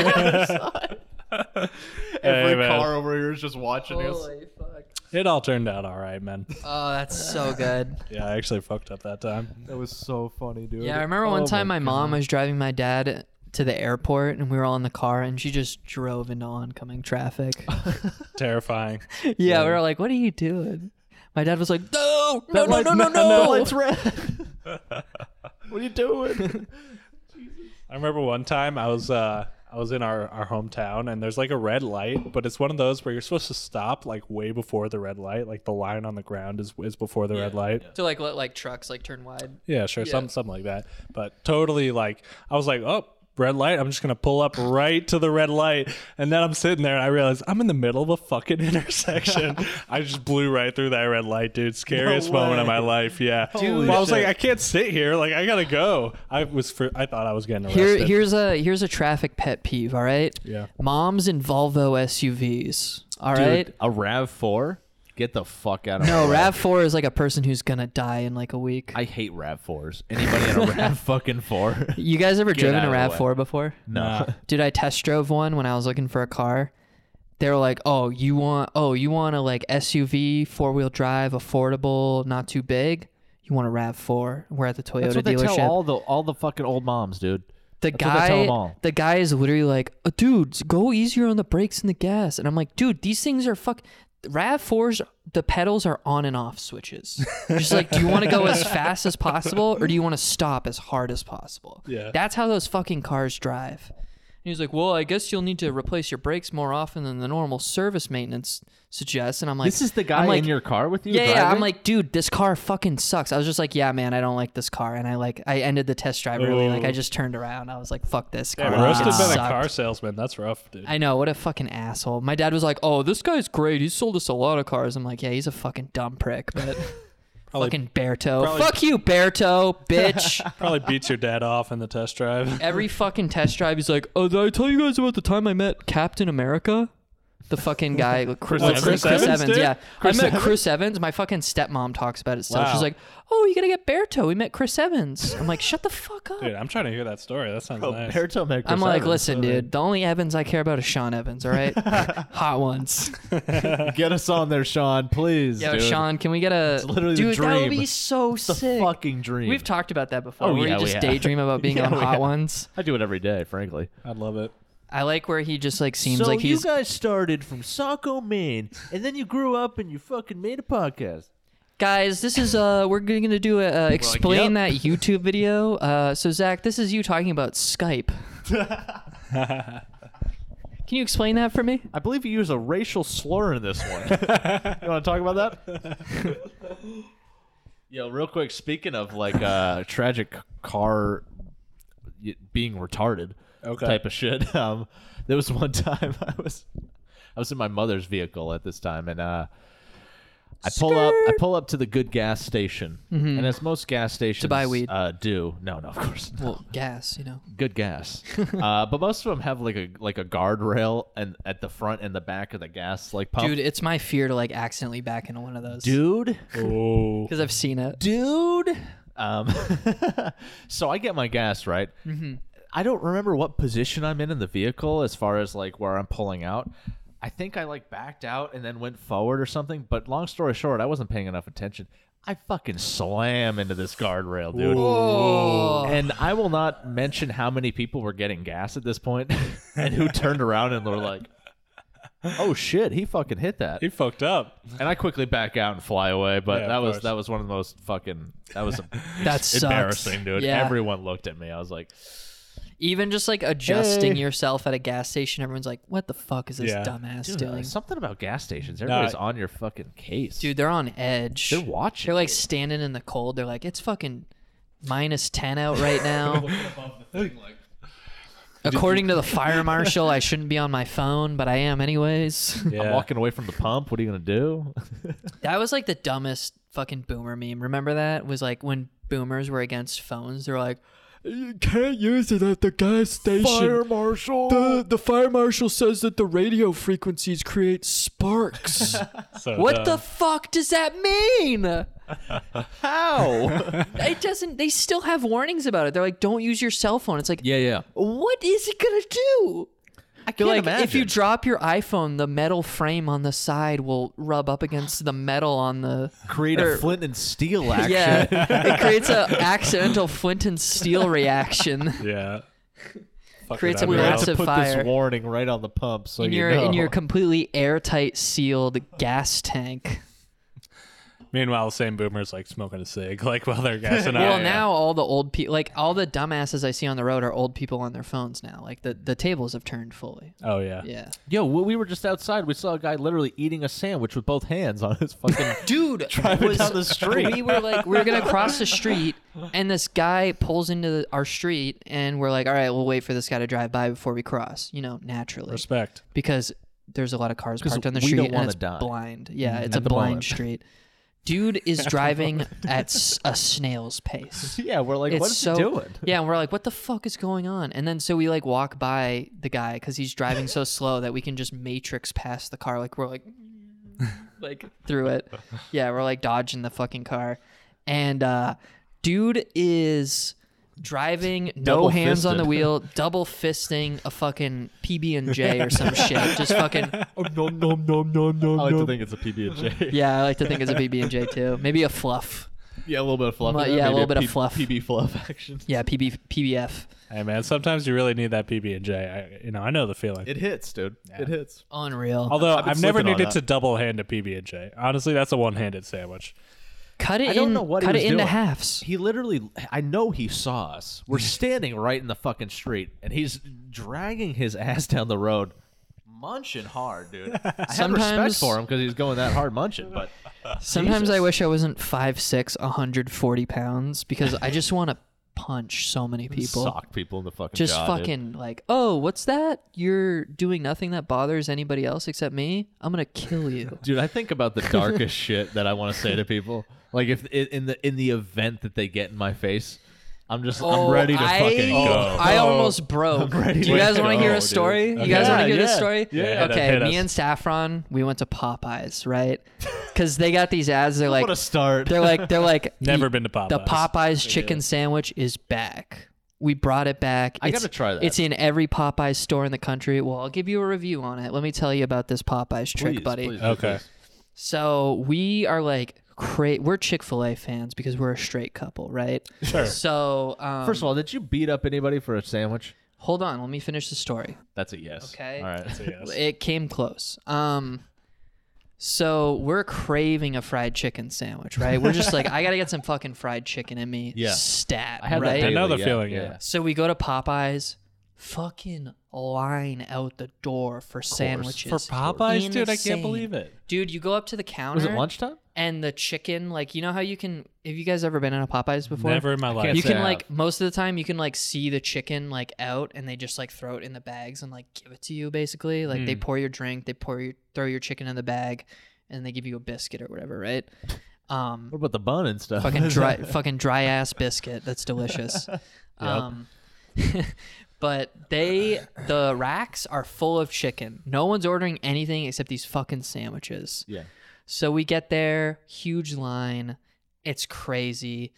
Every Hey, man. car over here is just watching us. fuck. (laughs) It all turned out all right, man. Oh, that's so good. Yeah, I actually fucked up that time. (laughs) That was so funny, dude. Yeah, I remember one Oh time my mom was driving my dad to the airport and we were all in the car and she just drove into oncoming traffic. Terrifying. (laughs) yeah, we were like, what are you doing? My dad was like, no, no, no, light- no, no, no. no, (laughs) it's red. what are you doing? I remember one time I was uh I was in our, our hometown and there's like a red light, but it's one of those where you're supposed to stop like way before the red light. Like the line on the ground is is before the red light. to like let like trucks like turn wide. Yeah, sure, some something like that. But totally like I was like, oh, red light. I'm just gonna pull up right to the red light, and then I'm sitting there and I realize I'm in the middle of a fucking (laughs) intersection. I just blew right through that red light, dude. Scariest moment of my life. Yeah, Dude. Well, I was like, I can't sit here. Like I gotta go. I was for, I thought I was getting Here, arrested. here's a here's a traffic pet peeve. All right. Yeah. Moms in Volvo SUVs. All right. a Rav Four? Get the fuck out of No, my way. Rav Four is like a person who's gonna die in like a week. I hate Rav Fours. Anybody in a (laughs) Rav fucking Four? you guys ever driven out a of the Rav way. Four before? No. (laughs) Dude, I test drove one when I was looking for a car. They were like, "Oh, you want oh you want a like SUV, four wheel drive, affordable, not too big. You want a Rav Four? We're at the Toyota That's what they dealership. tell all the all the fucking old moms, dude. the That's what they tell 'em guy all. the guy is literally like "Uh, dude go easier on the brakes and the gas and i'm like dude these things are fuck rav4s the pedals are on and off switches just like do you want to go as fast as possible or do you want to stop as hard as possible Yeah. that's how those fucking cars drive and he's like, well, I guess you'll need to replace your brakes more often than the normal service maintenance suggests. And I'm like, This is the guy I'm like, in your car with you. yeah, yeah. I'm driving? like, dude, this car fucking sucks. I was just like, yeah, man, I don't like this car. And I like, I ended the test drive early. Like, Oh. I just turned around. I was like, fuck this car. Damn, Like, Roast it had been a sucked. car salesman. That's rough, dude. I know what a fucking asshole. My dad was like, "Oh, this guy's great. He's sold us a lot of cars." I'm like, "Yeah, he's a fucking dumb prick, (laughs) but fucking Berto. probably- Fuck you, (laughs) Berto, bitch." Probably beats your dad off in the test drive. (laughs) Every fucking test drive, he's like, "Oh, did I tell you guys about the time I met Captain America?" The fucking (laughs) guy, like, Chris, What, Chris Evans did? yeah. I met Chris Evans. My fucking stepmom talks about it still. Wow. She's like, "Oh, you gotta get Berto. We met Chris Evans." I'm like, "Shut the fuck up." Dude, I'm trying to hear that story. That Oh, sounds nice. Berto Mac I'm like, Perseverance, listen, I dude. The only Evans I care about is Sean Evans. (laughs) All right, hot ones. mean, Get us on there, Sean, please. Yo, dude. Sean, can we get a literally the dude? That would dream. be so the sick. fucking dream. We've talked about that before. Oh, where yeah, you we just have. (laughs) daydream about being Yeah, on we Hot have. Ones. I do it every day, frankly. I'd love it. I like where he just like seems so like he's. you guys started from Saco, Maine, and then you grew up and you fucking made a podcast. Guys, this is uh, we're gonna do a uh, explain that YouTube video. Uh, so Zach, this is you talking about (laughs) Skype. Can you explain that for me? I believe you use a racial slur in this one. (laughs) you want to talk about that? (laughs) Yo, real quick. Speaking of like (laughs) uh, tragic car y- being retarded Okay. type of shit, (laughs) um, there was one (laughs) time I was I was in my mother's vehicle at this time, and uh, I pull up I pull up to the good gas station, and as most gas stations buy weed. uh, do, no, no, of course, not Well, gas, you know. good (laughs) gas. uh, but most of them have like a like a guardrail and at the front and the back of the gas like pump. Dude, it's my fear to like accidentally back into one of those. dude, Oh, because I've seen it. dude. Um, (laughs) so I get my gas right. I don't remember what position I'm in in the vehicle as far as like where I'm pulling out. I think I like backed out and then went forward or something. But long story short, I wasn't paying enough attention. I fucking slam into this guardrail, dude. And I will not mention how many people were getting gas at this point (laughs) and who turned around and were like, "Oh shit, he fucking hit that." he fucked up. And I quickly back out and fly away, but Yeah, of that was course. that was one of the most fucking that was (laughs) That sucks. embarrassing, dude. Yeah. Everyone looked at me. I was like, Even just like adjusting Hey. yourself at a gas station, everyone's like, "What the fuck is this Yeah. dumbass dude, doing?" something about gas stations. Everybody's on your fucking case, Dude, they're on edge. They're watching. They're like standing in the cold. They're like, "It's fucking minus ten out (laughs) right now." (laughs) According to the (laughs) fire marshal, I shouldn't be on my phone, but I am anyways. I'm Yeah. walking away from the pump. What are you gonna (laughs) do? (laughs) That was like the dumbest fucking boomer meme. Remember that? was like when boomers were against phones. They're like, You can't use it at the gas station. marshal. The, the fire marshal says that the radio frequencies (laughs) create sparks. So "What dumb. the fuck does that mean?" How? It doesn't. They still have warnings about it. They're like, "Don't use your cell phone." It's like, yeah, yeah. what is it gonna do? I They're can't like, imagine. if you drop your iPhone, the metal frame on the side will rub up against the metal (laughs) on the. create or- a flint and steel action, Yeah, (laughs) it creates a accidental flint and steel reaction (laughs) Yeah. Fuck Creates a it, I'm out. we have massive to put fire. this warning right on the pump. So in you your know. in your completely airtight sealed gas tank. Meanwhile, same boomers like smoking a cig, (laughs) like while they're gassing out. well, now all the old people, like all the dumbasses I see on the road, are old people on their phones now. Like the the tables have turned fully. Oh yeah. Yeah, Yo, we we were just outside. We saw a guy literally eating a sandwich with both hands on his (laughs) fucking. (laughs) dude Driving down the street. we were like we were gonna cross the street and this guy pulls into the, our street and we're like all right we'll wait for this guy to drive by before we cross you know naturally Respect. because there's a lot of cars 'Cause parked on the we street don't and wanna it's die. Mm, blind yeah it's At a the blind moment. (laughs) street dude is driving at s- a snail's pace yeah, we're like, it's what is so he doing? (laughs) yeah and we're like what the fuck is going on and then so we like walk by the guy because he's (laughs) driving so slow that we can just matrix past the car like we're like like through it yeah we're like dodging the fucking car and uh dude is driving no hands on the Double-fisted. wheel double fisting a fucking pb&j (laughs) or some shit just fucking Oh, nom nom nom nom nom. I like to nom. think it's a PB and J. yeah i like to think it's a pb&j too maybe a fluff Yeah, a little bit of fluff. Well, in there, yeah, a maybe little bit of fluff. PB fluff (laughs) action. yeah pb pbf Hey man, sometimes you really need that PB and J. You know, I know the feeling. It hits, dude. It hits. unreal Although I've been I've never slipping on needed that. to double hand a PB and J. Honestly, that's a one handed sandwich. Cut it I don't in, know what he cut was it into doing. halves. He literally, I know he saw us. We're standing right in the fucking street, and he's dragging his ass down the road, munching hard, dude. I have respect Sometimes- for him because he's going that hard munching, but Sometimes I Jesus. wish I wasn't 5'6", 140 pounds because I just want to punch so (laughs) many people. sock people in the fucking just jaw, dude. fucking like, oh, what's that? You're doing nothing that bothers anybody else except me. I'm gonna kill (laughs) you. Dude, I think about the darkest shit that I want to say to people. Like if in in the in the event that they get in my face, I'm just I'm ready to Oh, I, fucking go. I almost broke. Do you to guys want to go, hear a dude. story? You guys Yeah, want to hear this yeah. story? Yeah, that okay, hit me us. and Saffron, we went to (laughs) Popeyes, right? Because they got these ads. They're like, what a start. they're like, they're like, (laughs) Never "Eat- been to Popeyes. The Popeyes chicken sandwich is back. We brought it back. I gotta try that. It's in every Popeyes store in the country. Well, I'll give you a review on it. Let me tell you about this Popeyes trick, Please, buddy. please, Um, Okay. please. So we are like cra- we're Chick Fil A fans because we're a straight couple, right? Sure. So um, First of all, did you beat up anybody for a sandwich? hold on, let me finish the story. That's a yes. Okay. All right. Yes. It came close. Um, so we're craving a fried chicken sandwich, right? We're just like, I gotta get some fucking fried chicken in me. Yeah. stat. I had right? that daily, Another yeah, feeling, yeah. So we go to Popeyes, fucking line out the door for sandwiches. For Popeyes, dude, I can't Insane. believe it. Dude, you go up to the counter. Was it lunchtime? And the chicken, like you know how you can. Have you guys ever been in a Popeyes before? Never in my life. You Yes, I can have. like most of the time you can like see the chicken like out and they just like throw it in the bags and like give it to you basically. Like Hmm. they pour your drink, they pour your throw your chicken in the bag, and they give you a biscuit or whatever, right? Um, What about the bun and stuff? fucking dry fucking dry ass biscuit that's delicious um (laughs) but they the racks are full of chicken no one's ordering anything except these fucking sandwiches (laughs) Yeah. so we get there huge line it's crazy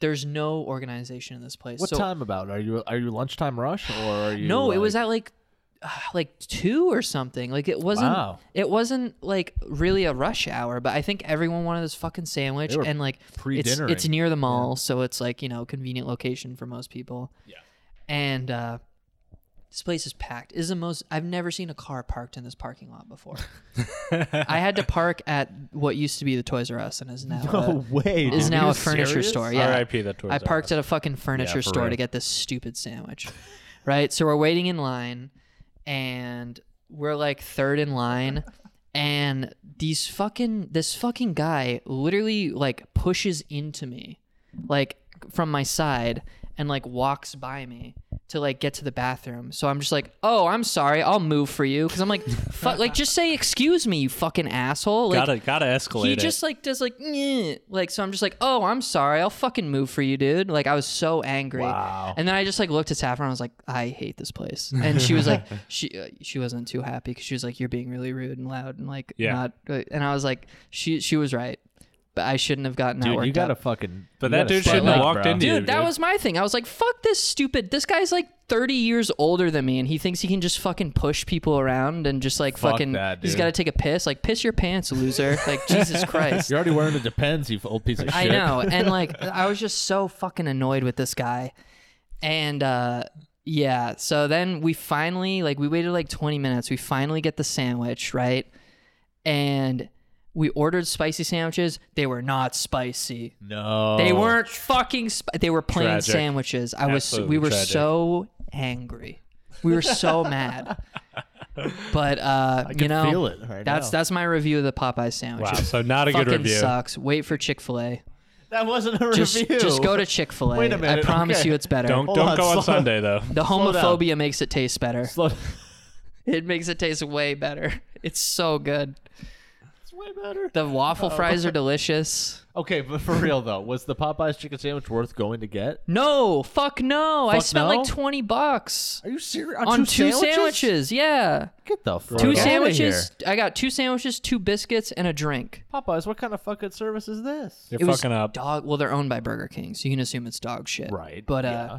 there's no organization in this place What so time about? Are you are you lunchtime rush or are you? no it was like- at like (sighs) like two or something like it wasn't Wow. it wasn't like really a rush hour but i think everyone wanted this fucking sandwich They were and like it's, pre-dinnering. it's near the mall so it's like you know convenient location for most people yeah and uh this place is packed It is the most i've never seen a car parked in this parking (laughs) lot before i had to park at what used to be the toys r us and is now (laughs) a- way. is dude. now Are a you furniture serious? store yeah R.I.P. that Toys I R parked Us. at a fucking furniture for store to real. get this stupid sandwich. right? So we're waiting in line and we're like third in line and these fucking this fucking guy literally like pushes into me like from my side and like walks by me to like get to the bathroom. So I'm just like, "Oh, I'm sorry. I'll move for you." Cuz I'm like, "Fuck, like just say excuse me, you fucking asshole." Like gotta gotta escalate he it. just like does like "Nyeh." like so i'm just like oh i'm sorry i'll fucking move for you dude like i was so angry Wow. and then i just like looked at saffron i was like i hate this place and she (laughs) was like she uh, she wasn't too happy because she was like you're being really rude and loud and like Yeah. not uh," and i was like she she was right but i shouldn't have gotten that Dude, worked you gotta up. fucking. But you that gotta dude step shouldn't have up, walked bro. into you, Dude, that was my thing. I was like, fuck this stupid. This guy's like 30 years older than me and he thinks he can just fucking push people around and just like Fuck fucking that, he's dude. got to take a piss. Like piss your pants, loser. like (laughs) Jesus Christ. You're already wearing the depends, you old piece of shit. I know. And (laughs) like I was just so fucking annoyed with this guy. And uh yeah, so then we finally like we waited like 20 minutes. We finally get the sandwich, right? And we ordered spicy sandwiches. They were not spicy. No. They weren't fucking sp- they were plain Oh. Tragic. sandwiches. I was Absolutely we were tragic. so angry. We were (laughs) so mad. But uh you know feel it right that's now. that's my review of the Popeye wow. sandwiches. So not a good Fucking review. sucks. Wait for Chick-fil-A That wasn't a just review. (laughs) just go to Chick Fil Wait a A. I minute, promise okay. you, it's better. Don't Hold don't on, go on slow- Sunday though. the slow down. homophobia makes it taste better. Slow- (laughs) It makes it taste way better. (laughs) It's so good. it's way better. The waffle Oh. (laughs) fries are delicious. Okay, but for real though, was the Popeyes chicken sandwich worth going to get? No, fuck no. I Fuck spent no? like twenty bucks Are you serious? on two sandwiches. Yeah, Get the fuck two outta sandwiches. I got two sandwiches, two biscuits, and a drink. here. Popeyes, what kind of fucking service is this? You're (laughs) It was fucking up. dog. Well, they're owned by Burger King, so you can assume it's dog shit. Right, But uh, yeah.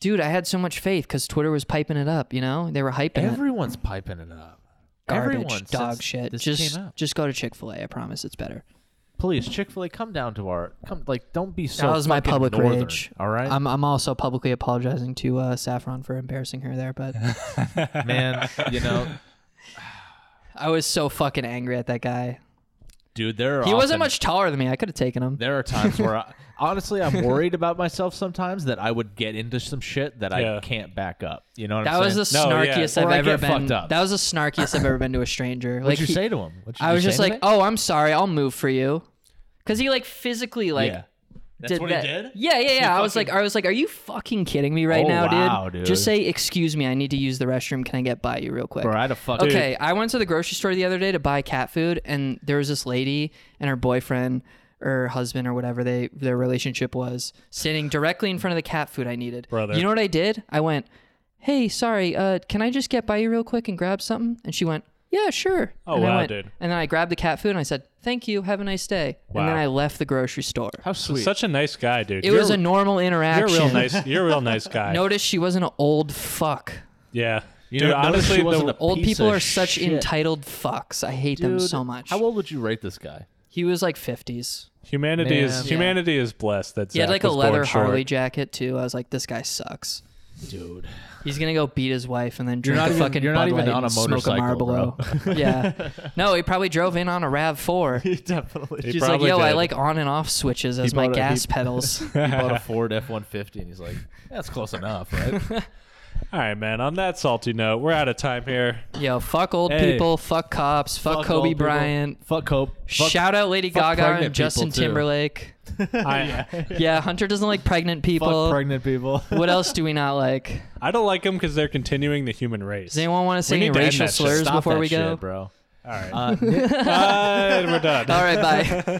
dude, I had so much faith because Twitter was piping it up. You know, they were hyping it. Everyone's piping it up. garbage Everyone dog since shit. This Just came out. just go to Chick Fil A. I promise it's better. Please, Chick Fil A, come down to our. Come, like, don't be so. that was my fucking public northern, rage. All right, I'm I'm also publicly apologizing to uh, Saffron for embarrassing her (laughs) there, but man. You know, (laughs) I was so fucking angry at that guy. dude, there are He wasn't often- much taller than me. I could have taken him. There are times where, I, honestly, I'm worried about myself sometimes that I would get into some shit that I Yeah. can't back up. You know what That I'm was saying? the No, yeah. snarkiest Or I I've ever get been. fucked up. That was the snarkiest I've ever been to a stranger. What'd like you he- say to him? What'd you I was say just to like, him? "Oh, I'm sorry. I'll move for you," because he like physically like yeah. That's did what that. he did. Yeah, yeah, yeah. I was like, I was like, "Are you fucking kidding me right Oh, now, wow, dude. Just say, "Excuse me, I need to use the restroom. Can I get by you real quick?" Bro, I'd have fucked. Okay, I went to the grocery store the other day to buy cat food, and there was this lady and her boyfriend or husband or whatever they their relationship was sitting directly in front of the cat food I needed. Brother. you know what I did? I went, "Hey, sorry, uh, can I just get by you real quick and grab something?" And she went, "Yeah, sure." Oh, and I wow, went- dude. And then I grabbed the cat food and I said, "Thank you, have a nice day." And then Wow. I left the grocery store. How sweet. Such a nice guy, dude. It was a normal You're interaction. a real nice. You're a (laughs) real nice guy. Notice she wasn't an old fuck. yeah, You dude. know, notice honestly, she wasn't the, a- Old Piece people of are such shit. entitled fucks. I hate them Dude, so much. How old would you rate this guy? He was like 50s. humanity Man. is Yeah. humanity is blessed. That He had Zach like a was born leather short. Harley jacket too. I was like, this guy sucks. Dude, He's gonna go beat his wife and then drink not a even- fucking you're not Bud even Light on and a smoke a motorcycle, Marlboro. (laughs) yeah, no, he probably drove in on a Rav (laughs) Four. he definitely. He's like, probably yo, I did. like on and off switches as my bought a- gas he- (laughs) pedals. He bought a Ford F one fifty, and he's like, "That's close enough, right?" All right, man. On that salty note, we're out of time (laughs) here. yo, fuck old Hey. people, fuck cops, fuck, Fuck Kobe old people. Bryant. Fuck Hope. Fuck Shout out Lady fuck Gaga pregnant and Justin people, too. Timberlake. I Yeah, Hunter doesn't like pregnant people. fuck pregnant people. what else do we not like? I don't like them because they're continuing the human race. Does anyone want to say need any to end racial that shit. slurs Stop before that we go? (laughs) shit, bro. All right, Uh, Nick- Bye, we're done. (laughs) All right, bye.